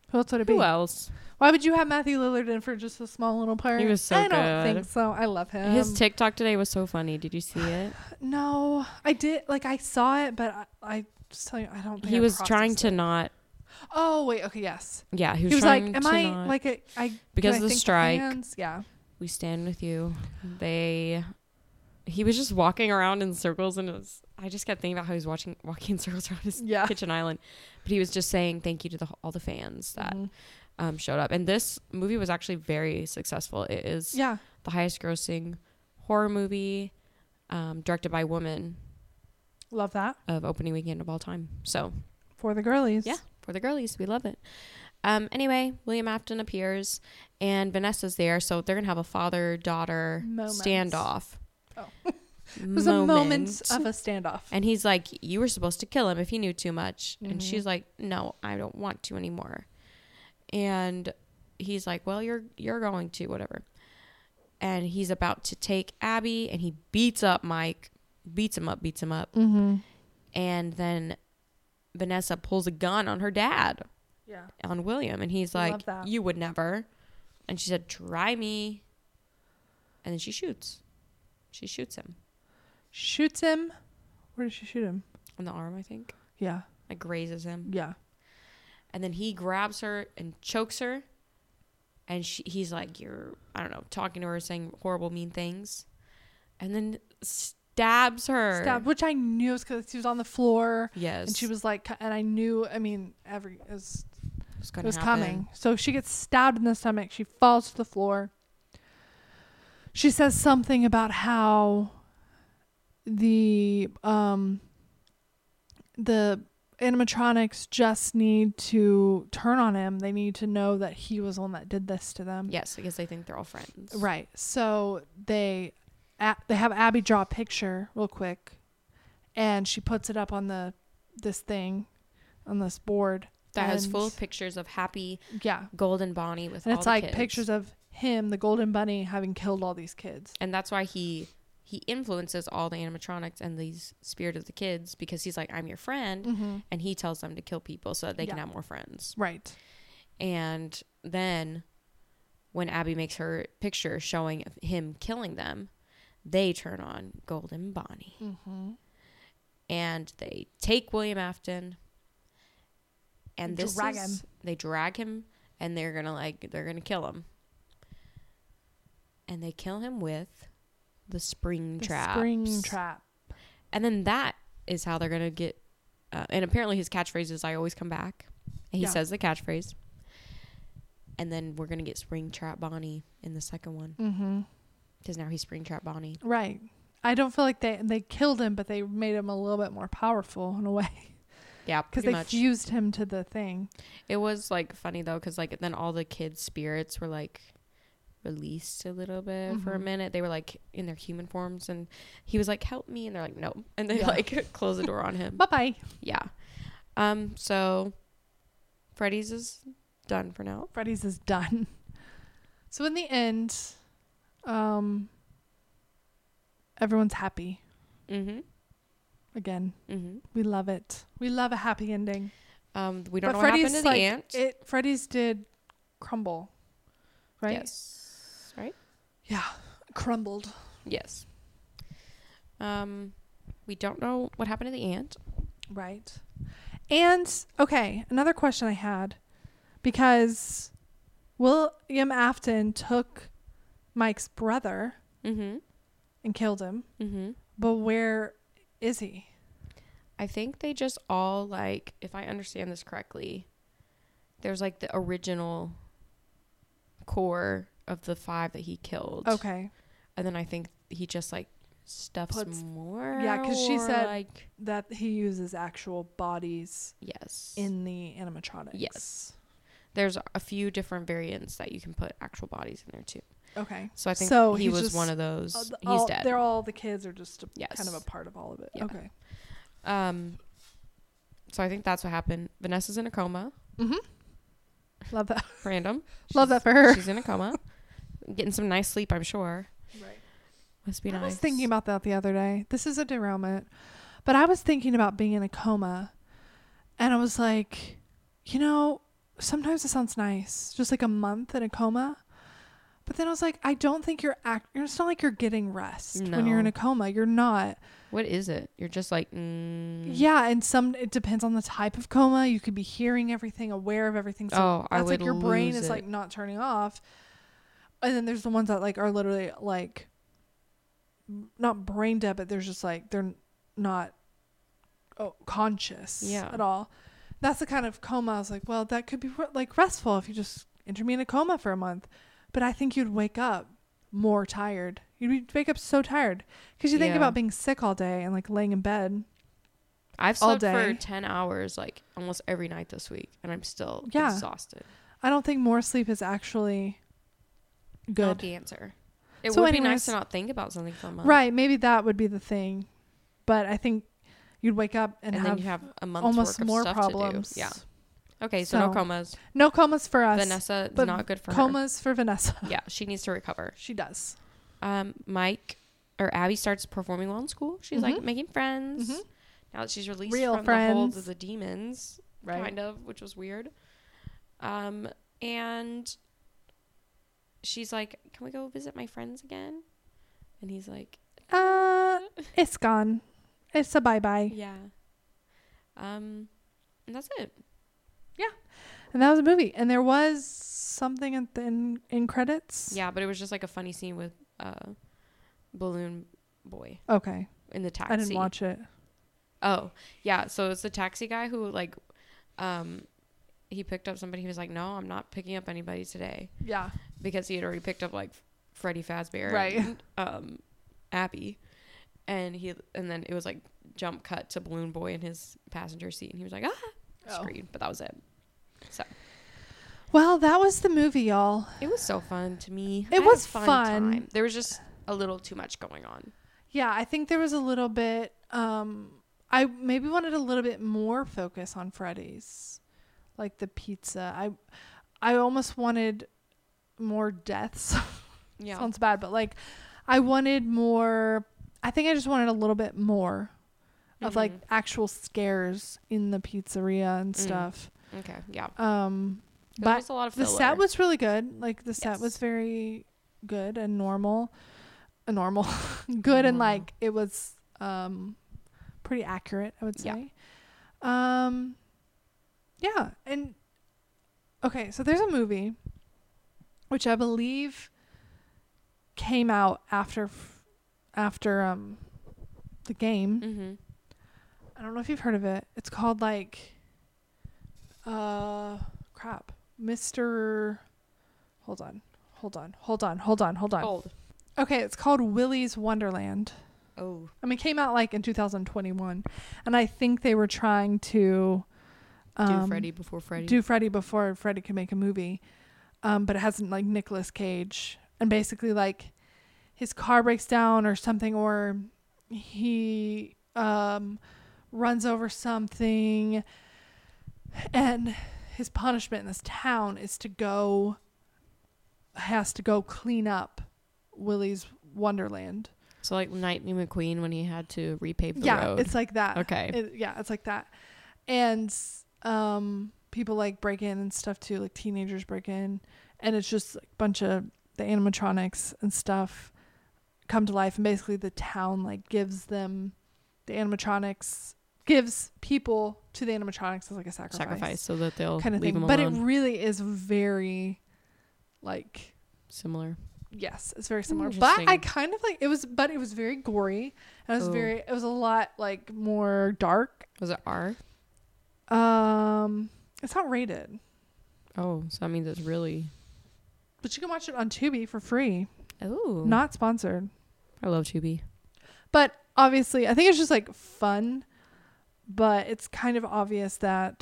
[SPEAKER 1] Who else would it be?
[SPEAKER 2] Who else?
[SPEAKER 1] Why would you have Matthew Lillard in for just a small little part?
[SPEAKER 2] He was so
[SPEAKER 1] I don't
[SPEAKER 2] good.
[SPEAKER 1] think so. I love him.
[SPEAKER 2] His TikTok today was so funny. Did you see it?
[SPEAKER 1] no, I did like I saw it, but I, I just tell you, I don't. Think
[SPEAKER 2] He
[SPEAKER 1] I
[SPEAKER 2] was trying
[SPEAKER 1] processed
[SPEAKER 2] to
[SPEAKER 1] it.
[SPEAKER 2] not.
[SPEAKER 1] Oh wait, okay, yes.
[SPEAKER 2] Yeah, he
[SPEAKER 1] He
[SPEAKER 2] was,
[SPEAKER 1] was, like,
[SPEAKER 2] trying
[SPEAKER 1] "Am
[SPEAKER 2] to
[SPEAKER 1] I
[SPEAKER 2] not.
[SPEAKER 1] like a, I do
[SPEAKER 2] Because
[SPEAKER 1] I
[SPEAKER 2] of the
[SPEAKER 1] think
[SPEAKER 2] strike.
[SPEAKER 1] hands?" Yeah.
[SPEAKER 2] we stand with you. They. He was just walking around in circles, and it was. I just kept thinking about how he was watching walking in circles around his
[SPEAKER 1] Yeah.
[SPEAKER 2] kitchen island, but he was just saying thank you to the, all the fans that
[SPEAKER 1] Mhm.
[SPEAKER 2] um, showed up. And this movie was actually very successful. It is
[SPEAKER 1] Yeah.
[SPEAKER 2] the highest grossing horror movie um, directed by a woman
[SPEAKER 1] Love that.
[SPEAKER 2] of opening weekend of all time. So
[SPEAKER 1] For the girlies.
[SPEAKER 2] yeah, for the girlies, we love it. Um, anyway, William Afton appears and Vanessa's there, so they're gonna have a father daughter
[SPEAKER 1] Moment.
[SPEAKER 2] standoff.
[SPEAKER 1] Oh.
[SPEAKER 2] it
[SPEAKER 1] It was a moment of a standoff.
[SPEAKER 2] and he's like, "You were supposed to kill him if he knew too much,"
[SPEAKER 1] Mhm.
[SPEAKER 2] and she's like, "No, I don't want to anymore." And he's like, "Well, you're you're going to whatever," and he's about to take Abby, and he beats up Mike, beats him up, beats him up,
[SPEAKER 1] Mm-hmm.
[SPEAKER 2] and then Vanessa pulls a gun on her dad
[SPEAKER 1] Yeah.
[SPEAKER 2] on William, and he's
[SPEAKER 1] I
[SPEAKER 2] like,
[SPEAKER 1] love that.
[SPEAKER 2] "You would never," and she said, "Try me," and then she shoots. She shoots him
[SPEAKER 1] Shoots him. Where did she shoot him?
[SPEAKER 2] on the arm, I think,
[SPEAKER 1] Yeah.
[SPEAKER 2] like grazes him.
[SPEAKER 1] Yeah.
[SPEAKER 2] and then he grabs her and chokes her and she, he's like you're i don't know talking to her saying horrible mean things and then stabs her
[SPEAKER 1] Stabbed, which I knew was because she was on the floor
[SPEAKER 2] yes
[SPEAKER 1] and she was like, cu- and I knew. I mean, every it was,
[SPEAKER 2] was,
[SPEAKER 1] it
[SPEAKER 2] gonna
[SPEAKER 1] was
[SPEAKER 2] happen.
[SPEAKER 1] coming. So she gets stabbed in the stomach. She falls to the floor. She says something about how the um the animatronics just need to turn on him. They need to know that he was the one that did this to them.
[SPEAKER 2] yes because they think they're all friends
[SPEAKER 1] Right. So they a- they have Abby draw a picture real quick, and she puts it up on the this thing, on this board.
[SPEAKER 2] that has
[SPEAKER 1] And-
[SPEAKER 2] full of pictures of happy
[SPEAKER 1] Yeah,
[SPEAKER 2] golden bonnie with
[SPEAKER 1] and
[SPEAKER 2] all
[SPEAKER 1] it's
[SPEAKER 2] the
[SPEAKER 1] like
[SPEAKER 2] kids.
[SPEAKER 1] pictures of him, the golden bunny, having killed all these kids.
[SPEAKER 2] and that's why he he influences all the animatronics and these spirit of the kids because he's like i'm your friend
[SPEAKER 1] Mm-hmm.
[SPEAKER 2] and he tells them to kill people so that they can
[SPEAKER 1] Yeah.
[SPEAKER 2] have more friends
[SPEAKER 1] Right.
[SPEAKER 2] And then when Abby makes her picture showing of him killing them, They turn on Golden Bonnie
[SPEAKER 1] Mm-hmm.
[SPEAKER 2] and they take William Afton and this
[SPEAKER 1] Drag
[SPEAKER 2] is- they drag him and they're gonna like they're gonna kill him and they kill him with the spring trap
[SPEAKER 1] Spring trap.
[SPEAKER 2] and then that is how they're gonna get uh, and apparently his catchphrase is i always come back and he
[SPEAKER 1] Yeah.
[SPEAKER 2] says the catchphrase and then we're gonna get spring trap bonnie in the second one
[SPEAKER 1] Mm-hmm.
[SPEAKER 2] because now he's spring trap bonnie
[SPEAKER 1] Right. I don't feel like they they killed him, but they made him a little bit more powerful in a way
[SPEAKER 2] yeah
[SPEAKER 1] because
[SPEAKER 2] pretty
[SPEAKER 1] they
[SPEAKER 2] much
[SPEAKER 1] fused him to the thing.
[SPEAKER 2] it was like funny though because like then all the kids spirits were like released a little bit for a
[SPEAKER 1] Mhm.
[SPEAKER 2] minute they were like in their human forms and he was like help me and they're like no and they
[SPEAKER 1] Yeah.
[SPEAKER 2] like close the door on him
[SPEAKER 1] Bye bye.
[SPEAKER 2] yeah um so freddy's is done for now
[SPEAKER 1] Freddy's is done. So in the end, um, everyone's happy
[SPEAKER 2] mm-hmm
[SPEAKER 1] again.
[SPEAKER 2] mm-hmm
[SPEAKER 1] We love it. We love a happy ending.
[SPEAKER 2] Um, we don't
[SPEAKER 1] But
[SPEAKER 2] know what happened
[SPEAKER 1] Freddy's,
[SPEAKER 2] to
[SPEAKER 1] like,
[SPEAKER 2] the ant.
[SPEAKER 1] It Freddy's did crumble, right?
[SPEAKER 2] Yes. Right.
[SPEAKER 1] Yeah, crumbled.
[SPEAKER 2] Yes. Um, we don't know what happened to the ant.
[SPEAKER 1] Right. And okay, another question I had because William Afton took Mike's brother
[SPEAKER 2] Mm-hmm.
[SPEAKER 1] and killed him,
[SPEAKER 2] Mm-hmm.
[SPEAKER 1] but where is he?
[SPEAKER 2] I think they just all like, if I understand this correctly, there's like the original core of the five that he killed.
[SPEAKER 1] Okay.
[SPEAKER 2] And then I think he just like stuffs
[SPEAKER 1] Puts-
[SPEAKER 2] more.
[SPEAKER 1] yeah, 'cause she
[SPEAKER 2] or,
[SPEAKER 1] said-
[SPEAKER 2] like
[SPEAKER 1] That he uses actual bodies
[SPEAKER 2] yes.
[SPEAKER 1] in the animatronics.
[SPEAKER 2] Yes. there's a few different variants that you can put actual bodies in there too.
[SPEAKER 1] Okay.
[SPEAKER 2] So I think
[SPEAKER 1] So
[SPEAKER 2] he
[SPEAKER 1] he's
[SPEAKER 2] was
[SPEAKER 1] just-
[SPEAKER 2] one of those.
[SPEAKER 1] Uh, the-
[SPEAKER 2] he's
[SPEAKER 1] all-
[SPEAKER 2] dead.
[SPEAKER 1] They're all the kids are just a, kind of
[SPEAKER 2] Yes.
[SPEAKER 1] a part of all of it.
[SPEAKER 2] Yeah.
[SPEAKER 1] Okay.
[SPEAKER 2] Um, so I think that's what happened. Vanessa's in a coma.
[SPEAKER 1] Love that.
[SPEAKER 2] Random.
[SPEAKER 1] Love that
[SPEAKER 2] She's-
[SPEAKER 1] for her.
[SPEAKER 2] She's in a coma. Getting some nice sleep, I'm sure.
[SPEAKER 1] Right.
[SPEAKER 2] Must be
[SPEAKER 1] I
[SPEAKER 2] nice.
[SPEAKER 1] was thinking about that the other day. This is a derailment, but I was thinking about being in a coma, and I was like, you know, sometimes it sounds nice, just like a month in a coma. But then I was like, I don't think you're act. It's not like you're getting rest when you're in
[SPEAKER 2] No.
[SPEAKER 1] a coma. You're not.
[SPEAKER 2] what is it? You're just like, mm,
[SPEAKER 1] Yeah, and some it depends on the type of coma. You could be hearing everything, aware of everything. So
[SPEAKER 2] Oh, I
[SPEAKER 1] that's like
[SPEAKER 2] would
[SPEAKER 1] your brain
[SPEAKER 2] lose
[SPEAKER 1] is
[SPEAKER 2] it.
[SPEAKER 1] like not turning off. And then there's the ones that like are literally like m- not brain dead, but there's just like they're not oh, conscious
[SPEAKER 2] Yeah.
[SPEAKER 1] at all. That's the kind of coma I was like, well, that could be re- like restful if you just enter me in a coma for a month. But I think you'd wake up more tired. You'd be- wake up so tired because you think
[SPEAKER 2] Yeah.
[SPEAKER 1] about being sick all day and like laying in bed.
[SPEAKER 2] I've
[SPEAKER 1] all
[SPEAKER 2] slept for
[SPEAKER 1] day.
[SPEAKER 2] 10 hours like almost every night this week, and I'm still
[SPEAKER 1] Yeah.
[SPEAKER 2] exhausted.
[SPEAKER 1] I don't think more sleep is actually
[SPEAKER 2] Not
[SPEAKER 1] good.
[SPEAKER 2] the answer. It
[SPEAKER 1] So
[SPEAKER 2] would be nice
[SPEAKER 1] anyways-
[SPEAKER 2] to not think about something for a month.
[SPEAKER 1] Right, maybe that would be the thing. But I think you'd wake up and,
[SPEAKER 2] And,
[SPEAKER 1] have,
[SPEAKER 2] then you have a month's
[SPEAKER 1] almost
[SPEAKER 2] worth of
[SPEAKER 1] more
[SPEAKER 2] stuff
[SPEAKER 1] problems.
[SPEAKER 2] to do. Yeah. Okay, so, no
[SPEAKER 1] So,
[SPEAKER 2] comas.
[SPEAKER 1] No comas for us.
[SPEAKER 2] Vanessa is
[SPEAKER 1] but
[SPEAKER 2] not good for
[SPEAKER 1] comas for Vanessa.
[SPEAKER 2] her. Yeah, she needs to recover.
[SPEAKER 1] She does.
[SPEAKER 2] um, Mike or Abby starts performing well in school. She's like
[SPEAKER 1] Mhm.
[SPEAKER 2] making friends.
[SPEAKER 1] Mhm.
[SPEAKER 2] Now that she's released
[SPEAKER 1] Real
[SPEAKER 2] from the holds of
[SPEAKER 1] friends.
[SPEAKER 2] the demons,
[SPEAKER 1] Right.
[SPEAKER 2] kind of, which was weird. Um, and she's like, "Can we go visit my friends again?" And he's like,
[SPEAKER 1] Uh, it's gone. It's a bye bye.
[SPEAKER 2] "Yeah." Um, and that's it.
[SPEAKER 1] And that was a movie. And there was something in, in, in credits.
[SPEAKER 2] Yeah, but it was just like a funny scene with uh, balloon boy
[SPEAKER 1] Okay.
[SPEAKER 2] in the taxi.
[SPEAKER 1] I didn't watch it.
[SPEAKER 2] Oh, yeah. So it's the taxi guy who like um he picked up somebody. He was like, "No, I'm not picking up anybody today."
[SPEAKER 1] Yeah.
[SPEAKER 2] Because he had already picked up like Freddie Fazbear
[SPEAKER 1] Right.
[SPEAKER 2] and um Abby. And he and then it was like jump cut to Balloon Boy in his passenger seat and he was like, "Ah!"
[SPEAKER 1] Oh.
[SPEAKER 2] screamed, but that was it. So,
[SPEAKER 1] Well, that was the movie, y'all.
[SPEAKER 2] it was so fun to me.
[SPEAKER 1] It
[SPEAKER 2] I had a
[SPEAKER 1] was fun.
[SPEAKER 2] There was just a little too much going on.
[SPEAKER 1] Yeah, I think there was a little bit. Um, I maybe wanted a little bit more focus on Freddy's, like the pizza. I, I almost wanted more deaths.
[SPEAKER 2] Yeah.
[SPEAKER 1] Sounds bad, but like, I wanted more. I think I just wanted a little bit more of like
[SPEAKER 2] Mhm.
[SPEAKER 1] actual scares in the pizzeria and
[SPEAKER 2] Mm.
[SPEAKER 1] stuff.
[SPEAKER 2] Okay. Yeah.
[SPEAKER 1] Um,
[SPEAKER 2] There
[SPEAKER 1] But
[SPEAKER 2] was a lot of
[SPEAKER 1] the
[SPEAKER 2] filler.
[SPEAKER 1] set was really good. Like the set was
[SPEAKER 2] Yes.
[SPEAKER 1] very good and normal. a normal, good and
[SPEAKER 2] Normal.
[SPEAKER 1] like it was um pretty accurate, I would
[SPEAKER 2] Yeah.
[SPEAKER 1] say. Um yeah, and okay, so there's a movie which I believe came out after f- after um the game.
[SPEAKER 2] Mm-hmm.
[SPEAKER 1] I don't know if you've heard of it. It's called like uh crap. Mr. Hold on. Hold on. Hold on. Hold on. Hold on.
[SPEAKER 2] Old.
[SPEAKER 1] Okay, it's called Willy's Wonderland.
[SPEAKER 2] Oh.
[SPEAKER 1] I mean, it came out like in 2021, and I think they were trying to
[SPEAKER 2] do
[SPEAKER 1] um,
[SPEAKER 2] Freddy before Freddy.
[SPEAKER 1] do Freddy before Freddy could make a movie, um, but it hasn't like Nicolas Cage, and basically like his car breaks down or something, or he um, runs over something, and his punishment in this town is to go has to go clean up Willy's Wonderland.
[SPEAKER 2] so like Lightning McQueen when he had to repave the
[SPEAKER 1] yeah,
[SPEAKER 2] road.
[SPEAKER 1] it's like that.
[SPEAKER 2] okay.
[SPEAKER 1] It, yeah, it's like that. And um, people like break in and stuff too, like teenagers break in, and it's just like a bunch of the animatronics and stuff come to life, and basically the town like gives them the animatronics, gives people to the animatronics as like a sacrifice,
[SPEAKER 2] sacrifice so that they'll
[SPEAKER 1] kind of
[SPEAKER 2] leave
[SPEAKER 1] thing.
[SPEAKER 2] him
[SPEAKER 1] But it
[SPEAKER 2] alone.
[SPEAKER 1] really is very like
[SPEAKER 2] Similar.
[SPEAKER 1] Yes, it's very similar. But I
[SPEAKER 2] Interesting.
[SPEAKER 1] kind of like it was, but it was very gory. And it was
[SPEAKER 2] Oh.
[SPEAKER 1] very, it was a lot like more dark.
[SPEAKER 2] Was it R?
[SPEAKER 1] Um, it's not rated,
[SPEAKER 2] Oh, so that means it's really.
[SPEAKER 1] but you can watch it on Tubi for free.
[SPEAKER 2] Oh.
[SPEAKER 1] Not sponsored,
[SPEAKER 2] I love Tubi.
[SPEAKER 1] but obviously, I think it's just like fun. But it's kind of obvious that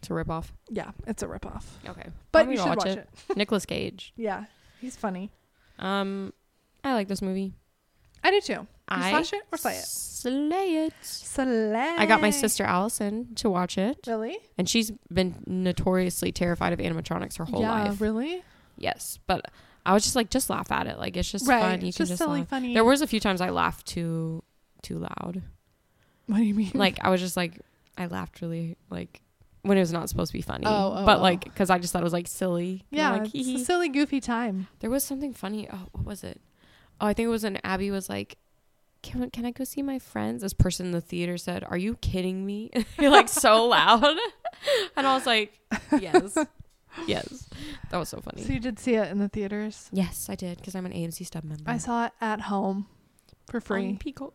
[SPEAKER 2] It's a ripoff.
[SPEAKER 1] yeah, it's a ripoff.
[SPEAKER 2] Okay.
[SPEAKER 1] But
[SPEAKER 2] I'm
[SPEAKER 1] you should
[SPEAKER 2] gonna
[SPEAKER 1] watch,
[SPEAKER 2] watch
[SPEAKER 1] it.
[SPEAKER 2] it. Nicolas Cage.
[SPEAKER 1] Yeah, he's funny.
[SPEAKER 2] Um, I like this movie.
[SPEAKER 1] I do too. You
[SPEAKER 2] I
[SPEAKER 1] slash it or slay it.
[SPEAKER 2] Slay it.
[SPEAKER 1] Slay.
[SPEAKER 2] I got my sister Allison to watch it,
[SPEAKER 1] Really?
[SPEAKER 2] and she's been notoriously terrified of animatronics her whole
[SPEAKER 1] yeah,
[SPEAKER 2] life.
[SPEAKER 1] really.
[SPEAKER 2] Yes, but I was just like, just laugh at it. Like it's just
[SPEAKER 1] right.
[SPEAKER 2] fun. You
[SPEAKER 1] it's
[SPEAKER 2] can
[SPEAKER 1] just,
[SPEAKER 2] just
[SPEAKER 1] silly,
[SPEAKER 2] laugh.
[SPEAKER 1] funny.
[SPEAKER 2] There was a few times I laughed too, too loud.
[SPEAKER 1] what do you mean?
[SPEAKER 2] Like I was just like, I laughed really like when it was not supposed to be funny.
[SPEAKER 1] Oh, oh,
[SPEAKER 2] but
[SPEAKER 1] oh.
[SPEAKER 2] like because I just thought it was like silly. And I'm
[SPEAKER 1] Yeah, it's
[SPEAKER 2] like, "Hee
[SPEAKER 1] a
[SPEAKER 2] hee."
[SPEAKER 1] silly, goofy time.
[SPEAKER 2] There was something funny. Oh, what was it? Oh, I think it was when Abby was like, "Can can I go see my friends?" This person in the theater said, "Are you kidding me?" You're like so loud, and I was like, "Yes, yes." That was so funny.
[SPEAKER 1] So you did see it in the theaters. Mm-hmm.
[SPEAKER 2] yes, I did because I'm an AMC stub member.
[SPEAKER 1] I saw it at home for
[SPEAKER 2] On
[SPEAKER 1] free,
[SPEAKER 2] Peacock.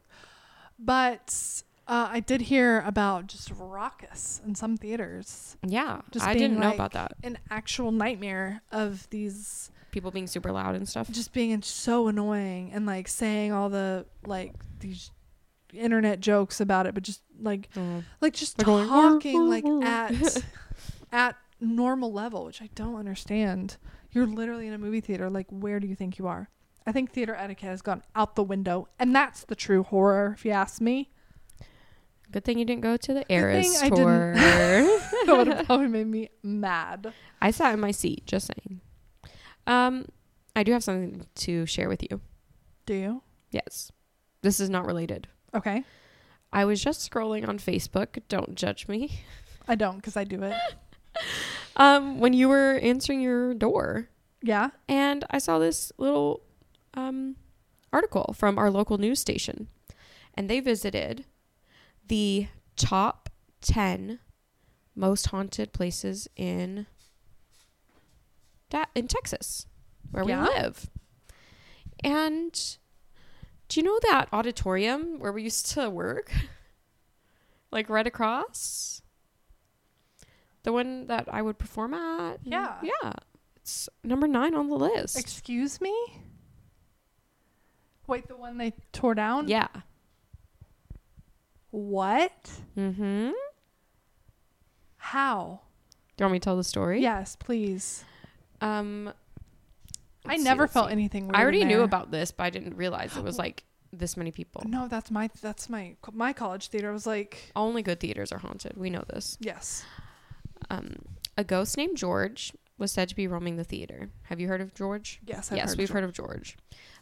[SPEAKER 1] but uh, I did hear about just raucous in some theaters.
[SPEAKER 2] Yeah,
[SPEAKER 1] Just
[SPEAKER 2] I
[SPEAKER 1] being
[SPEAKER 2] didn't know
[SPEAKER 1] like-
[SPEAKER 2] about that.
[SPEAKER 1] An actual nightmare of these
[SPEAKER 2] People being super loud and stuff.
[SPEAKER 1] just being so annoying and like saying all the like these internet jokes about it, but just like
[SPEAKER 2] Oh,
[SPEAKER 1] like just
[SPEAKER 2] They're going, "Woo,
[SPEAKER 1] talking
[SPEAKER 2] woo,
[SPEAKER 1] like
[SPEAKER 2] woo."
[SPEAKER 1] at at normal level which i don't understand you're literally in a movie theater like where do you think you are i think theater etiquette has gone out the window and that's the true horror if you ask me
[SPEAKER 2] good thing you didn't go to the
[SPEAKER 1] thing
[SPEAKER 2] Eras
[SPEAKER 1] I
[SPEAKER 2] tour. I,
[SPEAKER 1] that would have probably made me mad
[SPEAKER 2] sat in my seat. Just saying. Um, I do have something to share with you.
[SPEAKER 1] do you
[SPEAKER 2] Yes. This is not related.
[SPEAKER 1] okay
[SPEAKER 2] I was just scrolling on Facebook. Don't judge me.
[SPEAKER 1] i don't because i do it
[SPEAKER 2] Um, when you were answering your door,
[SPEAKER 1] yeah
[SPEAKER 2] and I saw this little um, article from our local news station, and they visited the top 10 most haunted places in that in Texas, where
[SPEAKER 1] Yeah?
[SPEAKER 2] we live. And do you know that auditorium where we used to work? like right across? The one that I would perform at? and-
[SPEAKER 1] Yeah.
[SPEAKER 2] Yeah. It's number nine on the list.
[SPEAKER 1] excuse me wait the one they tore down
[SPEAKER 2] yeah.
[SPEAKER 1] what
[SPEAKER 2] Mm hmm. Do
[SPEAKER 1] how
[SPEAKER 2] you want me to tell the story?
[SPEAKER 1] yes please
[SPEAKER 2] Um,
[SPEAKER 1] i
[SPEAKER 2] let's see,
[SPEAKER 1] never
[SPEAKER 2] let's
[SPEAKER 1] felt
[SPEAKER 2] see.
[SPEAKER 1] anything weird
[SPEAKER 2] I
[SPEAKER 1] in
[SPEAKER 2] already knew
[SPEAKER 1] there.
[SPEAKER 2] about this, but I didn't realize it was like this many people.
[SPEAKER 1] No, that's my that's my my college theater was like
[SPEAKER 2] Only good theaters are haunted. We know this.
[SPEAKER 1] yes.
[SPEAKER 2] Um, a ghost named George was said to be roaming the theater. Have you heard of George?
[SPEAKER 1] Yes, I've
[SPEAKER 2] yes,
[SPEAKER 1] heard
[SPEAKER 2] we've
[SPEAKER 1] of
[SPEAKER 2] heard of George.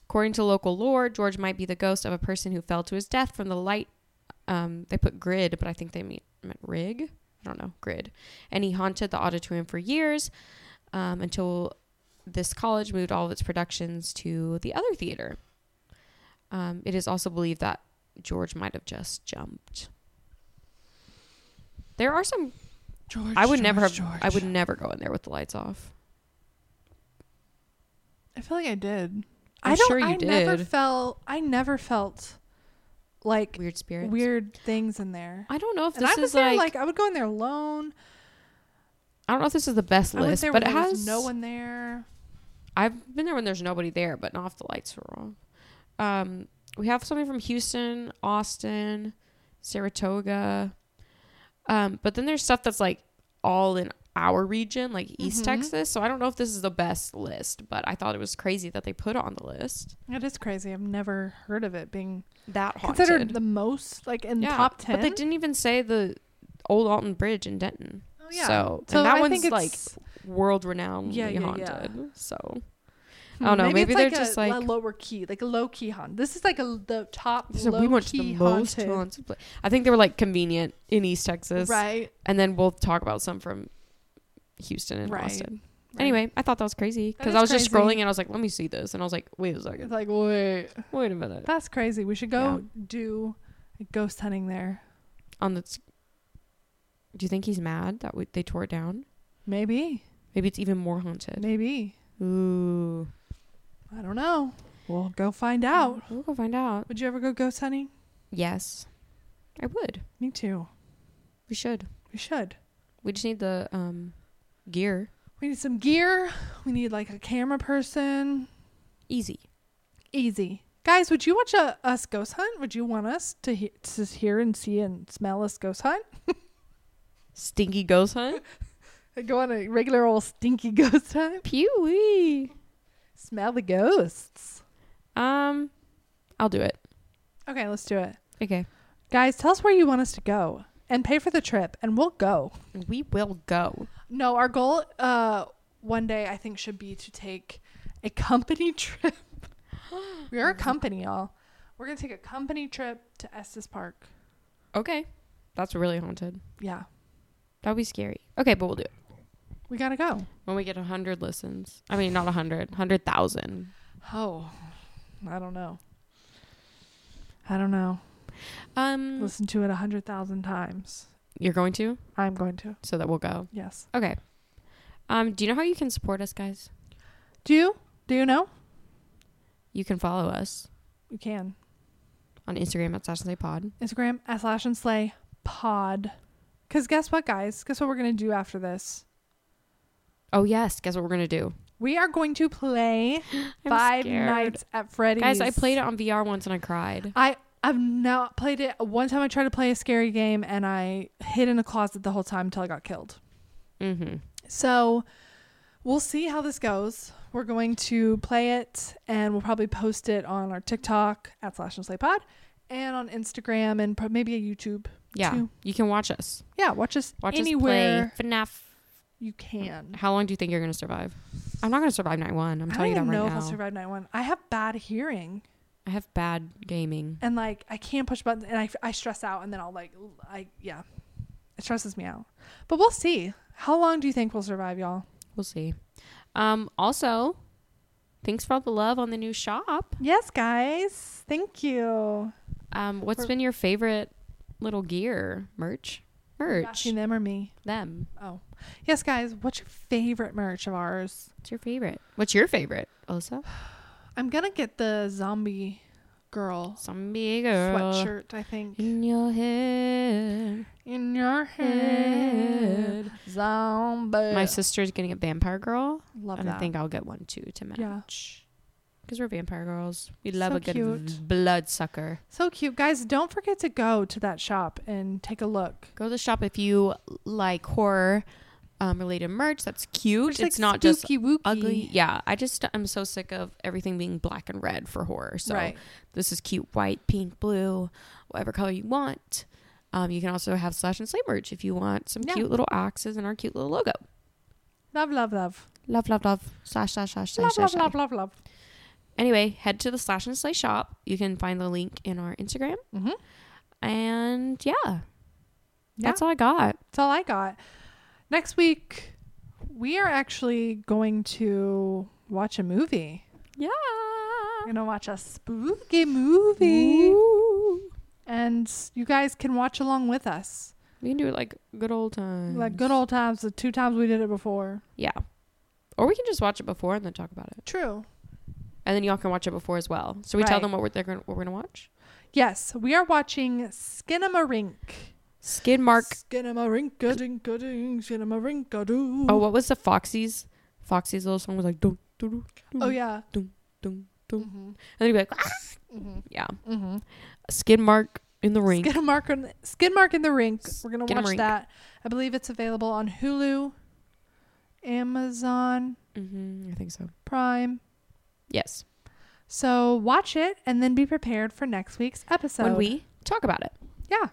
[SPEAKER 2] According to local lore, George might be the ghost of a person who fell to his death from the light. Um, they put grid, but I think they mean, meant rig. I don't know, grid. And he haunted the auditorium for years um, until this college moved all of its productions to the other theater. Um, it is also believed that George might have just jumped. There are some.
[SPEAKER 1] George.
[SPEAKER 2] I would
[SPEAKER 1] George,
[SPEAKER 2] never have.
[SPEAKER 1] George.
[SPEAKER 2] I would never go in there with the lights off.
[SPEAKER 1] I feel like I did.
[SPEAKER 2] I'm
[SPEAKER 1] I do not
[SPEAKER 2] sure you
[SPEAKER 1] I never
[SPEAKER 2] did.
[SPEAKER 1] felt. I never felt like
[SPEAKER 2] Weird spirits.
[SPEAKER 1] weird, things in there.
[SPEAKER 2] I don't know if
[SPEAKER 1] and I
[SPEAKER 2] this
[SPEAKER 1] was
[SPEAKER 2] is
[SPEAKER 1] there
[SPEAKER 2] like,
[SPEAKER 1] like I would go in there alone.
[SPEAKER 2] I don't know if this is the best
[SPEAKER 1] I went
[SPEAKER 2] list,
[SPEAKER 1] there
[SPEAKER 2] but it
[SPEAKER 1] when there
[SPEAKER 2] has
[SPEAKER 1] was no one there.
[SPEAKER 2] I've been there when there's nobody there, but not if the lights are off. Um, we have something from Houston, Austin, Saratoga. Um, but then there's stuff that's like all in our region, like East
[SPEAKER 1] Mhm.
[SPEAKER 2] Texas. So I don't know if this is the best list, but I thought it was crazy that they put it on the list
[SPEAKER 1] It is crazy. I've never heard of it being
[SPEAKER 2] that haunted.
[SPEAKER 1] considered the most like in
[SPEAKER 2] Yeah,
[SPEAKER 1] top ten.
[SPEAKER 2] But they didn't even say the old Alton Bridge in Denton.
[SPEAKER 1] Oh, yeah.
[SPEAKER 2] So,
[SPEAKER 1] So
[SPEAKER 2] and that
[SPEAKER 1] I
[SPEAKER 2] one's
[SPEAKER 1] think
[SPEAKER 2] like
[SPEAKER 1] it's-
[SPEAKER 2] world renowned
[SPEAKER 1] Yeah, yeah, yeah.
[SPEAKER 2] haunted. So I don't know, maybe
[SPEAKER 1] Hmm, it's
[SPEAKER 2] they're
[SPEAKER 1] like
[SPEAKER 2] just
[SPEAKER 1] a,
[SPEAKER 2] like-
[SPEAKER 1] a lower key, like a low key haunt. This is like a the top
[SPEAKER 2] So
[SPEAKER 1] low
[SPEAKER 2] we went to
[SPEAKER 1] key
[SPEAKER 2] the most
[SPEAKER 1] haunted.
[SPEAKER 2] haunted place. I think they were like convenient in East Texas,
[SPEAKER 1] right?
[SPEAKER 2] And then we'll talk about some from Houston and
[SPEAKER 1] Right,
[SPEAKER 2] Austin.
[SPEAKER 1] right.
[SPEAKER 2] Anyway, I thought that was crazy
[SPEAKER 1] That
[SPEAKER 2] because
[SPEAKER 1] is
[SPEAKER 2] I was just
[SPEAKER 1] crazy.
[SPEAKER 2] scrolling and I was like, "Let me see this," and I was like, "Wait a
[SPEAKER 1] It's
[SPEAKER 2] second,
[SPEAKER 1] like wait,
[SPEAKER 2] wait a minute."
[SPEAKER 1] that's crazy. We should go do ghost hunting there.
[SPEAKER 2] On the, do you think he's mad that we, they tore it down?
[SPEAKER 1] Maybe,
[SPEAKER 2] Maybe it's even more haunted.
[SPEAKER 1] maybe
[SPEAKER 2] Ooh,
[SPEAKER 1] I don't know. We'll go find out.
[SPEAKER 2] We'll go find out.
[SPEAKER 1] Would you ever go ghost hunting?
[SPEAKER 2] Yes, I would.
[SPEAKER 1] Me too.
[SPEAKER 2] We should.
[SPEAKER 1] We should.
[SPEAKER 2] We just need the um, gear.
[SPEAKER 1] We need some gear. We need like a camera person.
[SPEAKER 2] Easy.
[SPEAKER 1] Easy. Guys, would you watch a, us ghost hunt? Would you want us to he- to hear and see and smell us ghost hunt?
[SPEAKER 2] Stinky ghost hunt.
[SPEAKER 1] I go on a regular old stinky ghost hunt.
[SPEAKER 2] Pee wee.
[SPEAKER 1] Smell the ghosts.
[SPEAKER 2] Um, I'll do it.
[SPEAKER 1] Okay, let's do it.
[SPEAKER 2] Okay.
[SPEAKER 1] Guys, tell us where you want us to go and pay for the trip and we'll go.
[SPEAKER 2] We will go.
[SPEAKER 1] No, our goal uh one day I think should be to take a company trip. we are a company, y'all. We're going to take a company trip to Estes Park.
[SPEAKER 2] Okay. That's really haunted.
[SPEAKER 1] Yeah.
[SPEAKER 2] That would be scary. Okay, but we'll do it.
[SPEAKER 1] We got to go.
[SPEAKER 2] When we get 100 listens. I mean, not 100, 100,000.
[SPEAKER 1] Oh. I don't know. I don't know.
[SPEAKER 2] Um,
[SPEAKER 1] Listen to it a 100,000 times.
[SPEAKER 2] you're going to?
[SPEAKER 1] I'm going to.
[SPEAKER 2] So that we'll go.
[SPEAKER 1] Yes.
[SPEAKER 2] Okay. Um, do you know how you can support us, guys?
[SPEAKER 1] Do you? Do you know?
[SPEAKER 2] You can follow us
[SPEAKER 1] You can.
[SPEAKER 2] on Instagram at Sash and Say Pod.
[SPEAKER 1] Instagram at slash and slay pod. Because guess what, guys? Guess what we're going to do after this?
[SPEAKER 2] Oh, yes. Guess what we're going to do?
[SPEAKER 1] We are going to play
[SPEAKER 2] I'm
[SPEAKER 1] Five
[SPEAKER 2] scared.
[SPEAKER 1] Nights at Freddy's.
[SPEAKER 2] Guys, I played it on VR once and I cried.
[SPEAKER 1] I have not played it. One time I tried to play a scary game and I hid in a closet the whole time until I got killed.
[SPEAKER 2] Mm-hmm.
[SPEAKER 1] So we'll see how this goes. We're going to play it and we'll probably post it on our TikTok at slash and slay pod and on Instagram and pro- maybe a YouTube.
[SPEAKER 2] Yeah.
[SPEAKER 1] Two.
[SPEAKER 2] You can watch us.
[SPEAKER 1] Yeah, watch us
[SPEAKER 2] Watch
[SPEAKER 1] anywhere
[SPEAKER 2] us play FNAF
[SPEAKER 1] you can.
[SPEAKER 2] How long do you think you're going to survive? I'm not going to survive night one. I'm
[SPEAKER 1] I don't
[SPEAKER 2] telling you that
[SPEAKER 1] even
[SPEAKER 2] right
[SPEAKER 1] know if
[SPEAKER 2] now.
[SPEAKER 1] I'll survive night one. I have bad hearing
[SPEAKER 2] I have bad gaming.
[SPEAKER 1] and like I can't push buttons and I, I stress out and then I'll like l- I yeah, it stresses me out. But we'll see. How long do you think we'll survive, y'all?
[SPEAKER 2] We'll see. Um, also, thanks for all the love on the new shop.
[SPEAKER 1] Yes, guys. Thank you.
[SPEAKER 2] Um, what's
[SPEAKER 1] For-
[SPEAKER 2] been your favorite little gear merch? Merch.
[SPEAKER 1] Asking them or me.
[SPEAKER 2] Them.
[SPEAKER 1] Oh, yes, guys. What's your favorite merch of ours?
[SPEAKER 2] What's your favorite? What's your favorite? Elsa?
[SPEAKER 1] I'm gonna get the zombie girl
[SPEAKER 2] Zombie girl.
[SPEAKER 1] sweatshirt. I think
[SPEAKER 2] In your head.
[SPEAKER 1] in your head, zombie.
[SPEAKER 2] My sister's getting a vampire girl.
[SPEAKER 1] Uh, Love
[SPEAKER 2] and
[SPEAKER 1] that.
[SPEAKER 2] I think I'll get one too to
[SPEAKER 1] Yeah.
[SPEAKER 2] match. Because we're vampire girls. We love
[SPEAKER 1] So
[SPEAKER 2] a good
[SPEAKER 1] cute.
[SPEAKER 2] bloodsucker.
[SPEAKER 1] so cute, guys. Don't forget to go to that shop and take a look.
[SPEAKER 2] Go to the shop if you like horror um, related merch. That's cute.
[SPEAKER 1] It's,
[SPEAKER 2] it's
[SPEAKER 1] like
[SPEAKER 2] not just
[SPEAKER 1] spooky wooky.
[SPEAKER 2] ugly. Yeah, I just I'm so sick of everything being black and red for horror. So
[SPEAKER 1] right.
[SPEAKER 2] this is cute, white, pink, blue, whatever color you want. Um, you can also have slash and slay merch if you want some
[SPEAKER 1] Yeah.
[SPEAKER 2] cute little axes and our cute little logo.
[SPEAKER 1] Love, love, love.
[SPEAKER 2] Love, love, love. Slash, slash, slash, slash,
[SPEAKER 1] Love,
[SPEAKER 2] slash.
[SPEAKER 1] love,
[SPEAKER 2] slash.
[SPEAKER 1] love, love, love.
[SPEAKER 2] Anyway, head to the slash and slay shop. You can find the link in our Instagram.
[SPEAKER 1] Mm-hmm.
[SPEAKER 2] And yeah, that's all I got.
[SPEAKER 1] That's all I got. Next week, We are actually going to watch a movie.
[SPEAKER 2] Yeah.
[SPEAKER 1] We're going to watch a spooky movie.
[SPEAKER 2] Ooh.
[SPEAKER 1] And you guys can watch along with us.
[SPEAKER 2] We can do it like good old times.
[SPEAKER 1] Like good old times, the two times we did it before.
[SPEAKER 2] Yeah. Or we can just watch it before and then talk about it.
[SPEAKER 1] True.
[SPEAKER 2] And then y'all can watch it before as well. So we tell
[SPEAKER 1] Right.
[SPEAKER 2] them what we're they're gonna, what we're gonna watch.
[SPEAKER 1] Yes, we are watching Skinamarink.
[SPEAKER 2] Skid Mark.
[SPEAKER 1] Skinamarink-a-dink-a-dink, Skinamarink-a-doo.
[SPEAKER 2] Oh, what was the Foxy's? Foxy's little song was like dun dun
[SPEAKER 1] Oh, yeah.
[SPEAKER 2] dun dun, and
[SPEAKER 1] Mm-hmm.
[SPEAKER 2] then he'd be like, "Ah."
[SPEAKER 1] Mm-hmm.
[SPEAKER 2] yeah,
[SPEAKER 1] Mm-hmm.
[SPEAKER 2] Skid Mark in the ring.
[SPEAKER 1] Skid Mark on Skid Mark in the Rink. We're gonna
[SPEAKER 2] Skid
[SPEAKER 1] watch
[SPEAKER 2] Mark.
[SPEAKER 1] that. I believe it's available on Hulu, Amazon
[SPEAKER 2] hmm I think so.
[SPEAKER 1] Prime.
[SPEAKER 2] Yes,
[SPEAKER 1] So watch it and then be prepared for next week's episode.
[SPEAKER 2] when we talk about it.
[SPEAKER 1] yeah,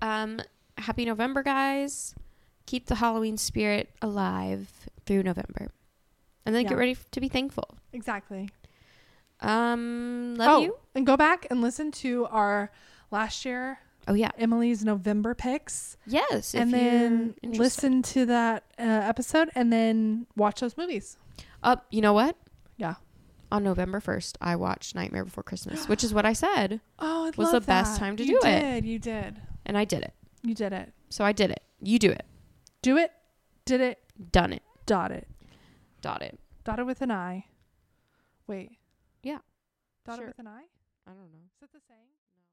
[SPEAKER 2] Um, happy November, guys. Keep the Halloween spirit alive through November, and then
[SPEAKER 1] Yeah.
[SPEAKER 2] get ready f- to be thankful.
[SPEAKER 1] exactly.
[SPEAKER 2] Um, love
[SPEAKER 1] oh,
[SPEAKER 2] you.
[SPEAKER 1] and go back and listen to our last year
[SPEAKER 2] Oh yeah.
[SPEAKER 1] Emily's November picks,
[SPEAKER 2] Yes.
[SPEAKER 1] and
[SPEAKER 2] if you're
[SPEAKER 1] then
[SPEAKER 2] interested.
[SPEAKER 1] listen to that uh, episode, and then watch those movies.
[SPEAKER 2] Up. you know what?
[SPEAKER 1] Yeah.
[SPEAKER 2] On November first, I watched Nightmare Before Christmas, which is what I said,
[SPEAKER 1] Oh, I
[SPEAKER 2] Was the
[SPEAKER 1] love
[SPEAKER 2] best
[SPEAKER 1] that.
[SPEAKER 2] time to
[SPEAKER 1] you
[SPEAKER 2] do it.
[SPEAKER 1] did, You did.
[SPEAKER 2] and I did it.
[SPEAKER 1] You did it.
[SPEAKER 2] So I did it. You do it.
[SPEAKER 1] Do it. Did it.
[SPEAKER 2] Done it.
[SPEAKER 1] Dot it.
[SPEAKER 2] Dot it.
[SPEAKER 1] Dotted with an I. Wait.
[SPEAKER 2] Yeah.
[SPEAKER 1] Dotted
[SPEAKER 2] Sure.
[SPEAKER 1] with an I?
[SPEAKER 2] I don't know.
[SPEAKER 1] Is that the same?